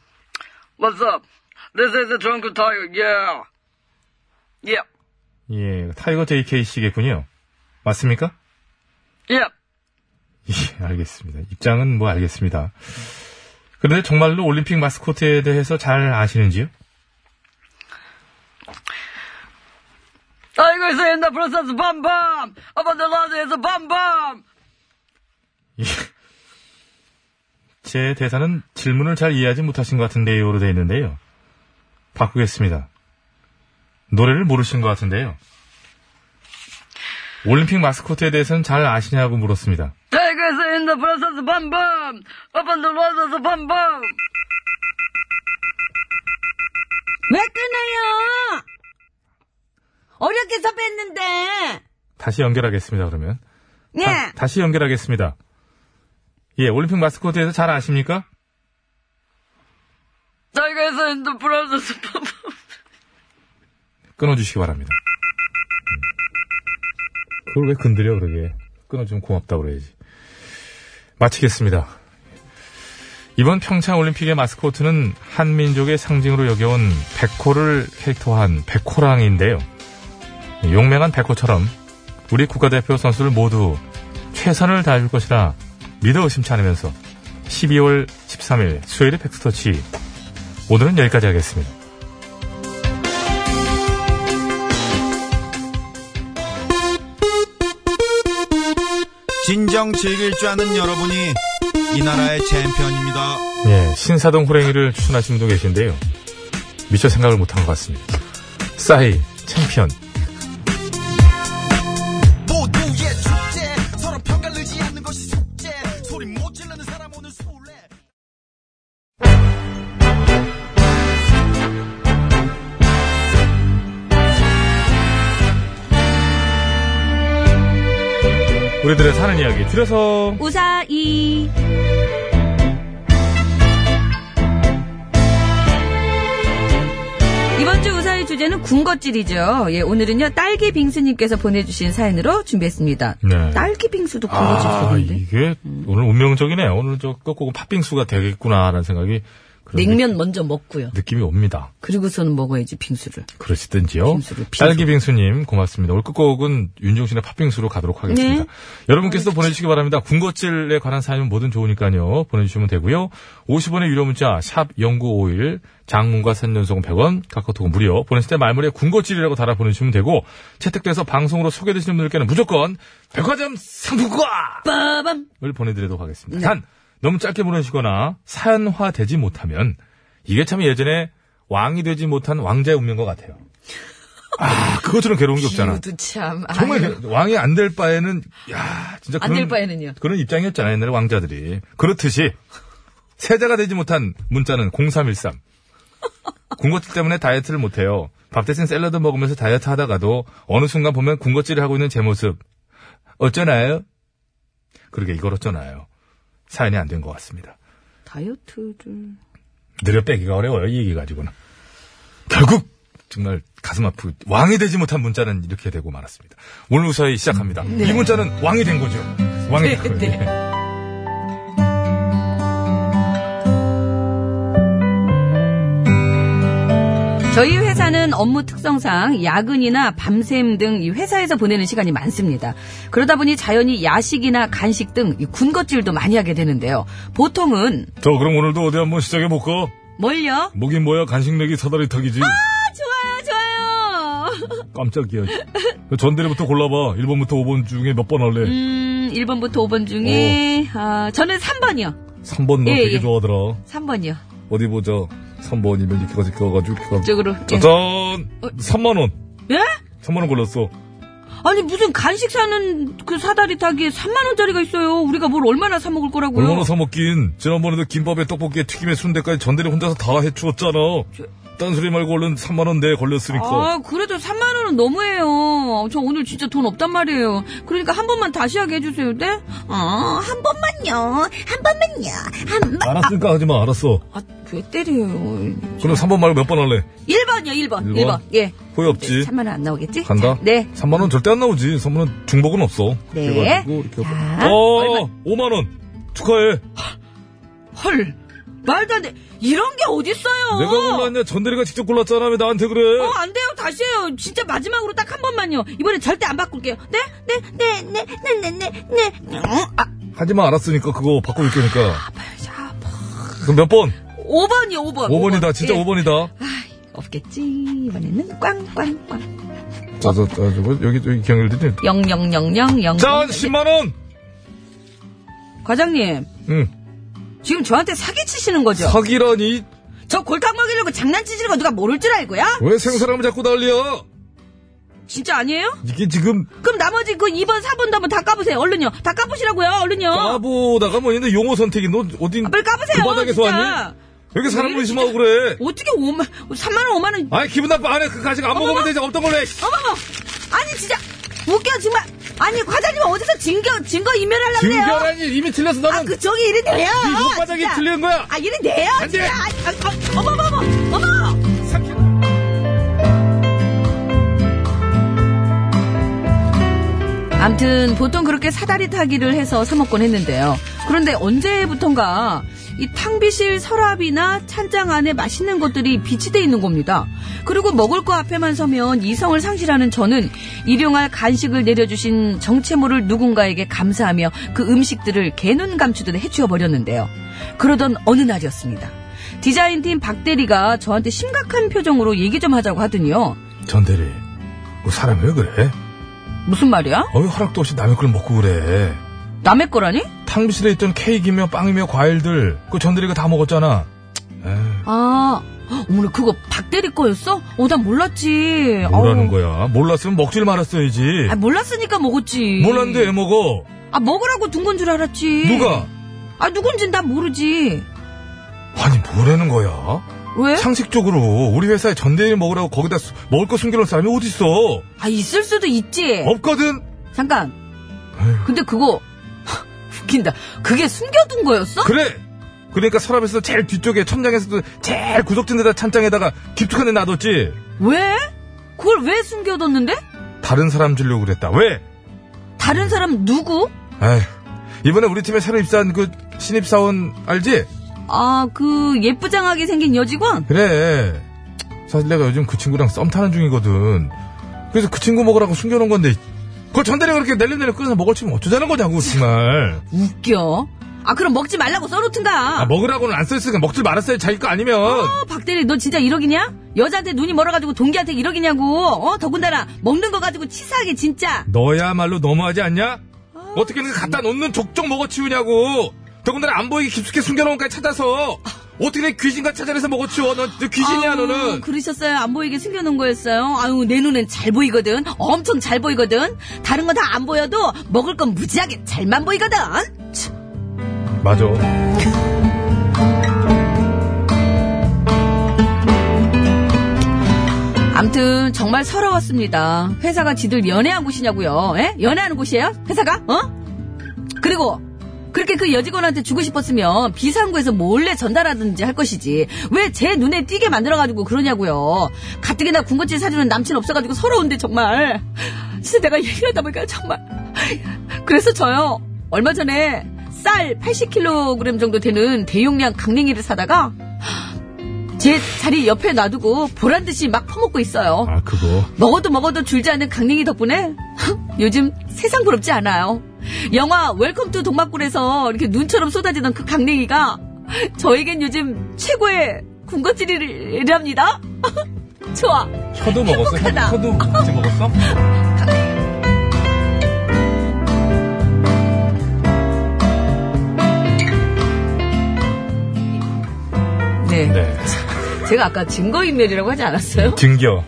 What's up? This is the Drunken Tiger. Yeah. 예, Yeah. 타이거 JK 씨겠군요. 맞습니까? Yeah. 예, 알겠습니다. 입장은 뭐 알겠습니다. 그런데 정말로 올림픽 마스코트에 대해서 잘 아시는지요? Tiger is in the process bum bum. About the last is a bum bum. 예. 제 대사는 질문을 잘 이해하지 못하신 것 같은데요로 되어 있는데요. 바꾸겠습니다. 노래를 모르신 것 같은데요. 올림픽 마스코트에 대해서는 잘 아시냐고 물었습니다. Tiger is in the process bum bum. About the last is a bum bum. 왜 끊어요? 어렵게 섭외했는데. 다시 연결하겠습니다, 그러면. 아, 예. 다, 다시 연결하겠습니다. 예, 올림픽 마스코트에서 잘 아십니까? Tiger is in the process bum bum. 끊어주시기 바랍니다. 음. 그걸 왜 건드려, 그러게. 끊어주면 고맙다고 그래야지. 마치겠습니다. 이번 평창올림픽의 마스코트는 한민족의 상징으로 여겨온 백호를 캐릭터화한 백호랑인데요. 용맹한 백호처럼 우리 국가대표 선수를 모두 최선을 다해줄 것이라 믿어 의심치 않으면서 12월 13일 수요일의 팩스터치 오늘은 여기까지 하겠습니다. 진정 즐길 줄 아는 여러분이 이 나라의 챔피언입니다. 예, 신사동 호랭이를 추천하신 분도 계신데요. 미처 생각을 못한 것 같습니다. 싸이, 챔피언. 모두의 축제 서로 평가를 의지 않는 것이 숙제 소리 못 지르는 사람 오늘 술래 우리들의 사는 이야기 줄여서 우사이. 이번 주 우사의 주제는 군것질이죠. 예, 오늘은요, 딸기 빙수님께서 보내주신 사연으로 준비했습니다. 네. 딸기 빙수도 군것질 아, 소리인데. 이게 오늘 운명적이네요. 오늘 저 끝곡은 팥빙수가 되겠구나라는 생각이 그런 냉면 먼저 먹고요. 느, 낌이 옵니다. 그리고서는 먹어야지 빙수를. 그러시든지요. 빙수를, 빙수. 딸기 빙수님 고맙습니다. 오늘 끝곡은 윤종신의 팥빙수로 가도록 하겠습니다. 네. 여러분께서도 보내주시기 바랍니다. 군것질에 관한 사연은 뭐든 좋으니까요. 보내주시면 되고요. 50원의 유료 문자 샵 0951 장문과 산연속은 100원 카카오톡은 무료 보내실 때 말머리에 군것질이라고 달아 보내주시면 되고 채택돼서 방송으로 소개되시는 분들께는 무조건 백화점 상품권을 빠밤! 보내드리도록 하겠습니다. 네. 단 너무 짧게 보내시거나 사연화되지 못하면 이게 참 예전에 왕이 되지 못한 왕자의 운명인 것 같아요. 아, 그것처럼 괴로운 게 없잖아. 기우도 참. 아유, 정말 괴- 왕이 안 될 바에는 야 진짜 안 그런 될 바에는요. 그런 입장이었잖아요 옛날에 왕자들이 그렇듯이 세자가 되지 못한 문자는 0313 군것질 때문에 다이어트를 못해요 밥 대신 샐러드 먹으면서 다이어트 하다가도 어느 순간 보면 군것질을 하고 있는 제 모습 어쩌나요? 그러게 이걸 어쩌나요? 사연이 안 된 것 같습니다 다이어트를. 느려 빼기가 어려워요 이 얘기 가지고는 결국 정말 가슴 아프고 왕이 되지 못한 문자는 이렇게 되고 말았습니다. 오늘 우사히 시작합니다. 이 문자는 왕이 된 거죠. 왕이 된 거예요. 음. 네. 예. 저희 회사는 업무 특성상 야근이나 밤샘 등 이 회사에서 보내는 시간이 많습니다. 그러다 보니 자연히 야식이나 간식 등이 군것질도 많이 하게 되는데요. 보통은 저 그럼 오늘도 어디 한번 시작해 볼까? 뭘요? 목이 뭐야 간식 내기 사다리 아! 타기지. 좋아요, 좋아요. 깜짝이야. 전대리부터 골라봐. 1번부터 5번 중에 몇 번 할래? 음, 1번부터 5번 중에 아, 저는 3번이요. 3번 너 예, 되게 예. 좋아하더라. 3번이요. 어디 보자. 3번이면 이렇게 가지고 가가지고 이렇게 가. 이쪽으로. 예. 짜잔. 3만 원. 예? 3만 원 걸렸어. 아니 무슨 간식 사는 그 사다리 타기에 3만 원짜리가 있어요. 우리가 뭘 얼마나 사 먹을 거라고요? 얼마나 사 먹긴. 지난번에도 김밥에 떡볶이에 튀김에 순대까지 전대리 혼자서 다 해치웠잖아. 딴소리 말고 얼른 3만 원 내 걸렸으니까. 아, 그래도 3만 원은 너무해요. 저 오늘 진짜 돈 없단 말이에요. 그러니까 한 번만 다시 하게 해주세요, 네? 아, 한 번만요. 한 번만요. 한 번. 알았으니까 하지 마. 알았어. 아, 왜 때려요? 그럼 3번 말고 몇 번 할래? 1번이요, 1번. 일번? 1번. 예. 후회 없지. 3만 원 안 나오겠지? 간다. 네. 3만 원 절대 안 나오지. 3만 원 중복은 없어. 네. 그래가지고 이렇게 자, 어, 5만 원 축하해. 헐. 말도 안 돼. 이런 게 어딨어요. 내가 골랐냐? 전대리가 직접 골랐잖아. 왜 나한테 그래? 어, 안 돼요. 다시 해요. 진짜 마지막으로 딱 한 번만요. 이번엔 절대 안 바꿀게요. 네? 네? 네? 네? 네? 네? 네? 네? 어? 아, 하지 마. 알았으니까 그거 바꿔줄 거니까. 자, 그럼 몇 번? 5번이요, 5번. 5번이다. 진짜 5번이다. 아, 없겠지. 이번에는 꽝꽝꽝. 자, 저, 저, 저, 여기, 여기 기억일들이. 영영영영영. 짠! 10만 원! 과장님, 응. 지금 저한테 사기치시는 거죠? 사기라니. 저 골탕 먹이려고 장난치시는 거 누가 모를 줄 알고요? 왜 생사람을 자꾸 난리야? 진짜 아니에요? 이게 지금 그럼 나머지 그 2번, 4번도 한번 다 까보세요. 얼른요. 다 까보시라고요. 얼른요. 까보다가 뭐 있는데 용어 선택이 너 어딘 어. 아, 빨리 까보세요. 그 바닥에서 진짜. 왔니? 왜 이렇게 사람을 왜 의심하고 그래? 어떻게 5만, 3만원, 5만원. 아니 기분 나빠 안해 그 간식 안 먹으면 어머머. 뭐, 되지 어떤 걸로 해 어머머. 아니, 진짜. 웃겨, 정말. 아니, 과장님 어디서 증거, 증거 인멸하려고 그래요? 증결하니 이미 틀렸어 너는 아, 그, 저기 이리 내요. 아, 네 손바닥이 진짜. 틀린 거야 아, 이리 내요. 안 돼. 진짜. 아, 아, 아, 어머머머. 어머. 암튼 보통 그렇게 사다리 타기를 해서 사먹곤 했는데요. 그런데 언제부턴가 이 탕비실 서랍이나 찬장 안에 맛있는 것들이 비치돼 있는 겁니다. 그리고 먹을 거 앞에만 서면 이성을 상실하는 저는 일용할 간식을 내려주신 정체모를 누군가에게 감사하며 그 음식들을 개눈 감추듯 해치워 버렸는데요. 그러던 어느 날이었습니다. 디자인팀 박대리가 저한테 심각한 표정으로 얘기 좀 하자고 하더니요. 전대리 뭐 사람이 왜 그래? 무슨 말이야? 어이 허락도 없이 남의 걸 먹고 그래 남의 거라니? 탕비실에 있던 케이크며 빵이며 과일들 그 전대리가 다 먹었잖아 에이, 아, 어머나, 그거 박대리 거였어? 어, 난 몰랐지. 뭐라는 아우. 거야 몰랐으면 먹질 말았어야지 아, 뭐. 몰랐으니까 먹었지. 몰랐는데 왜 먹어 아, 먹으라고 둔 건 줄 알았지. 누가 아, 누군진 난 모르지. 아니 뭐라는 거야 왜? 상식적으로 우리 회사에 전대리 먹으라고 거기다 수- 먹을 거 숨겨놓은 사람이 어딨어 아, 있을 수도 있지. 어? 없거든 잠깐. 근데 그거, [laughs] 웃긴다. 그게 숨겨둔 거였어? 그래. 그러니까 서랍에서 제일 뒤쪽에 천장에서도 제일 구석진 데다 찬장에다가 깊숙한 데 놔뒀지. 왜? 그걸 왜 숨겨뒀는데? 다른 사람 주려고 그랬다. 왜? 다른 사람 누구? 에휴, 이번에 우리 팀에 새로 입사한 그 신입사원 알지? 아, 그 예쁘장하게 생긴 여직원? 그래. 사실 내가 요즘 그 친구랑 썸 타는 중이거든. 그래서 그 친구 먹으라고 숨겨놓은 건데 그걸 전대리가 그렇게 내려내려 끊어서 먹을 치면 어쩌자는 거냐고 정말. 웃겨. 아, 그럼 먹지 말라고 써놓든가. 아, 먹으라고는 안 써있으니까 먹질 말았어요. 자기 거 아니면. 어, 박대리 너 진짜 이러기냐? 여자한테 눈이 멀어가지고 동기한테 이러기냐고 어 더군다나 먹는 거 가지고 치사하게 진짜 너야말로 너무하지 않냐? 아, 음. 어떻게 든 갖다 놓는 족족 먹어치우냐고. 더군다나 안 보이게 깊숙이 숨겨놓은 까지 찾아서 어떻게 귀신과 찾아내서 먹었죠? 넌 진짜 귀신이야, 아우, 너는. 그러셨어요. 안 보이게 숨겨놓은 거였어요. 아유, 내 눈엔 잘 보이거든. 엄청 잘 보이거든. 다른 거 다 안 보여도 먹을 건 무지하게 잘만 보이거든. 참. 맞아. 암튼, 정말 서러웠습니다. 회사가 지들 연애한 곳이냐고요. 예? 연애하는 곳이에요? 회사가? 어? 그리고, 그렇게 그 여직원한테 주고 싶었으면 비상구에서 몰래 전달하든지 할 것이지. 왜 제 눈에 띄게 만들어가지고 그러냐고요. 가뜩이나 군것질 사주는 남친 없어가지고 서러운데, 정말. 진짜 내가 얘기를 하다 보니까 정말. 그래서 저요, 얼마 전에 쌀 80kg 정도 되는 대용량 강냉이를 사다가 제 자리 옆에 놔두고 보란 듯이 막 퍼먹고 있어요. 아, 그거. 먹어도 먹어도 줄지 않는 강냉이 덕분에 요즘 세상 부럽지 않아요. 영화 웰컴 투 동막골에서 이렇게 눈처럼 쏟아지던 그 강냉이가 저에겐 요즘 최고의 군것질이랍니다. [laughs] 좋아. 혀도 [laughs] 먹었어? 행복하다. 혀도 같이 먹었어? 네. 네. 제가 아까 증거인멸이라고 하지 않았어요? 징겨.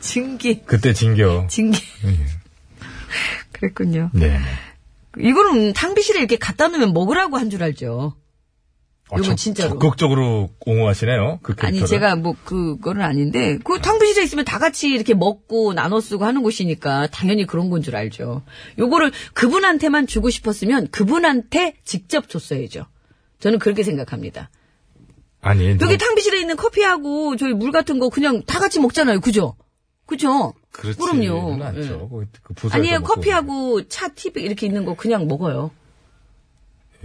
증기. 그때 징겨. 징기. [laughs] 그랬군요. 네. 이거는 탕비실에 이렇게 갖다 놓으면 먹으라고 한 줄 알죠. 어, 이건 적- 진짜로. 적극적으로 옹호하시네요. 그 캐릭터를. 아니 제가 뭐 그거는 아닌데 그 탕비실에 있으면 다 같이 이렇게 먹고 나눠 쓰고 하는 곳이니까 당연히 그런 건 줄 알죠. 요거를 그분한테만 주고 싶었으면 그분한테 직접 줬어야죠. 저는 그렇게 생각합니다. 아니, 뭐 여기 너- 탕비실에 있는 커피하고 저희 물 같은 거 그냥 다 같이 먹잖아요. 그죠? 그죠? 그렇지. 그럼요. 예. 않죠. 그- 그 부서에서 아니에요. 먹고. 커피하고 차, 티백 이렇게 있는 거 그냥 먹어요.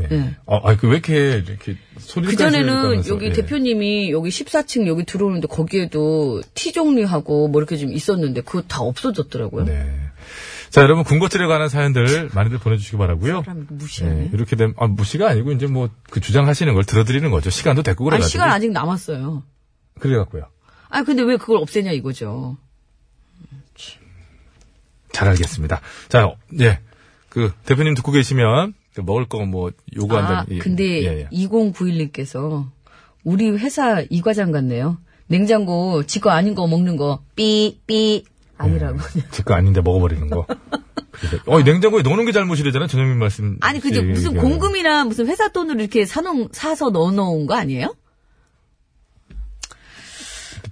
예. 아, 아니, 그왜 이렇게, 이렇게 소리가 그전에는 여기 예. 대표님이 여기 14층 여기 들어오는데 거기에도 티 종류하고 뭐 이렇게 좀 있었는데 그거 다 없어졌더라고요. 네. 자, 여러분, 군것질에 관한 사연들 많이들 보내주시기 바라고요 사람 네, 무시하네. 이렇게 되면, 아, 무시가 아니고, 이제 뭐, 그 주장하시는 걸 들어드리는 거죠. 시간도 됐고, 아, 그래가지고. 시간 아직 남았어요. 그래갖고요. 아, 근데 왜 그걸 없애냐 이거죠. 잘 알겠습니다. 자, 어, 예. 그, 대표님 듣고 계시면, 그 먹을 거 뭐, 요구한다. 아, 근데 예, 예. 2091님께서 우리 회사 이과장 같네요. 냉장고 지거 아닌 거 먹는 거 삐삐 아니라고. 제거 아닌데 먹어버리는 거. 그래서, 어, 이 냉장고에 넣어놓은 게 잘못이래잖아. 전현민 말씀. [laughs] 아니 그죠 예, 무슨 예. 공금이나 무슨 회사 돈으로 이렇게 사놓은 사서 넣어놓은 거 아니에요?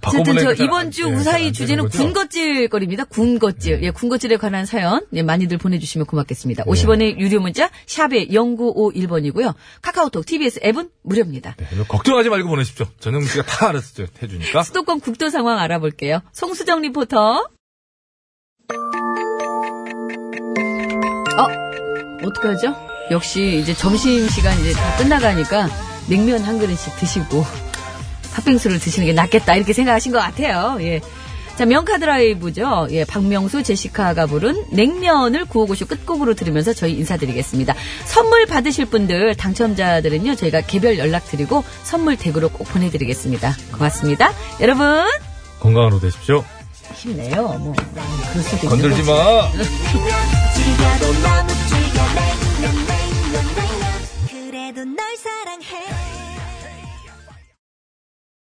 그 어쨌든 바꿔보려니까 저 잘 이번 안- 주 예, 잘안 우사히 되는 주제는 거죠? 네. 군것질거리입니다. 군것질. 예, 군것질에 관한 사연 예, 많이들 보내주시면 고맙겠습니다. 50원의 유료 문자 샵에 0951번이고요. 카카오톡, TBS 앱은 무료입니다. 네, 걱정하지 말고 보내십시오. 전현민 씨가 다 알아서 [laughs] 해주니까. 수도권 국도 상황 알아볼게요. 송수정 리포터. 어, 어떡하죠? 역시 이제 점심시간 이제 다 끝나가니까 냉면 한 그릇씩 드시고 팥빙수를 드시는 게 낫겠다 이렇게 생각하신 것 같아요. 예. 자, 명카드라이브죠. 예, 박명수, 제시카가 부른 냉면을 구호고쇼 끝곡으로 들으면서 저희 인사드리겠습니다. 선물 받으실 분들, 당첨자들은요, 저희가 개별 연락드리고 선물 댁으로 꼭 보내드리겠습니다. 고맙습니다. 여러분, 건강으로 되십시오. 힘내요. 뭐, 그럴 수도 있는 건들지 거지. 마. 지겨도 너무 지겨워 그래도 널 사랑해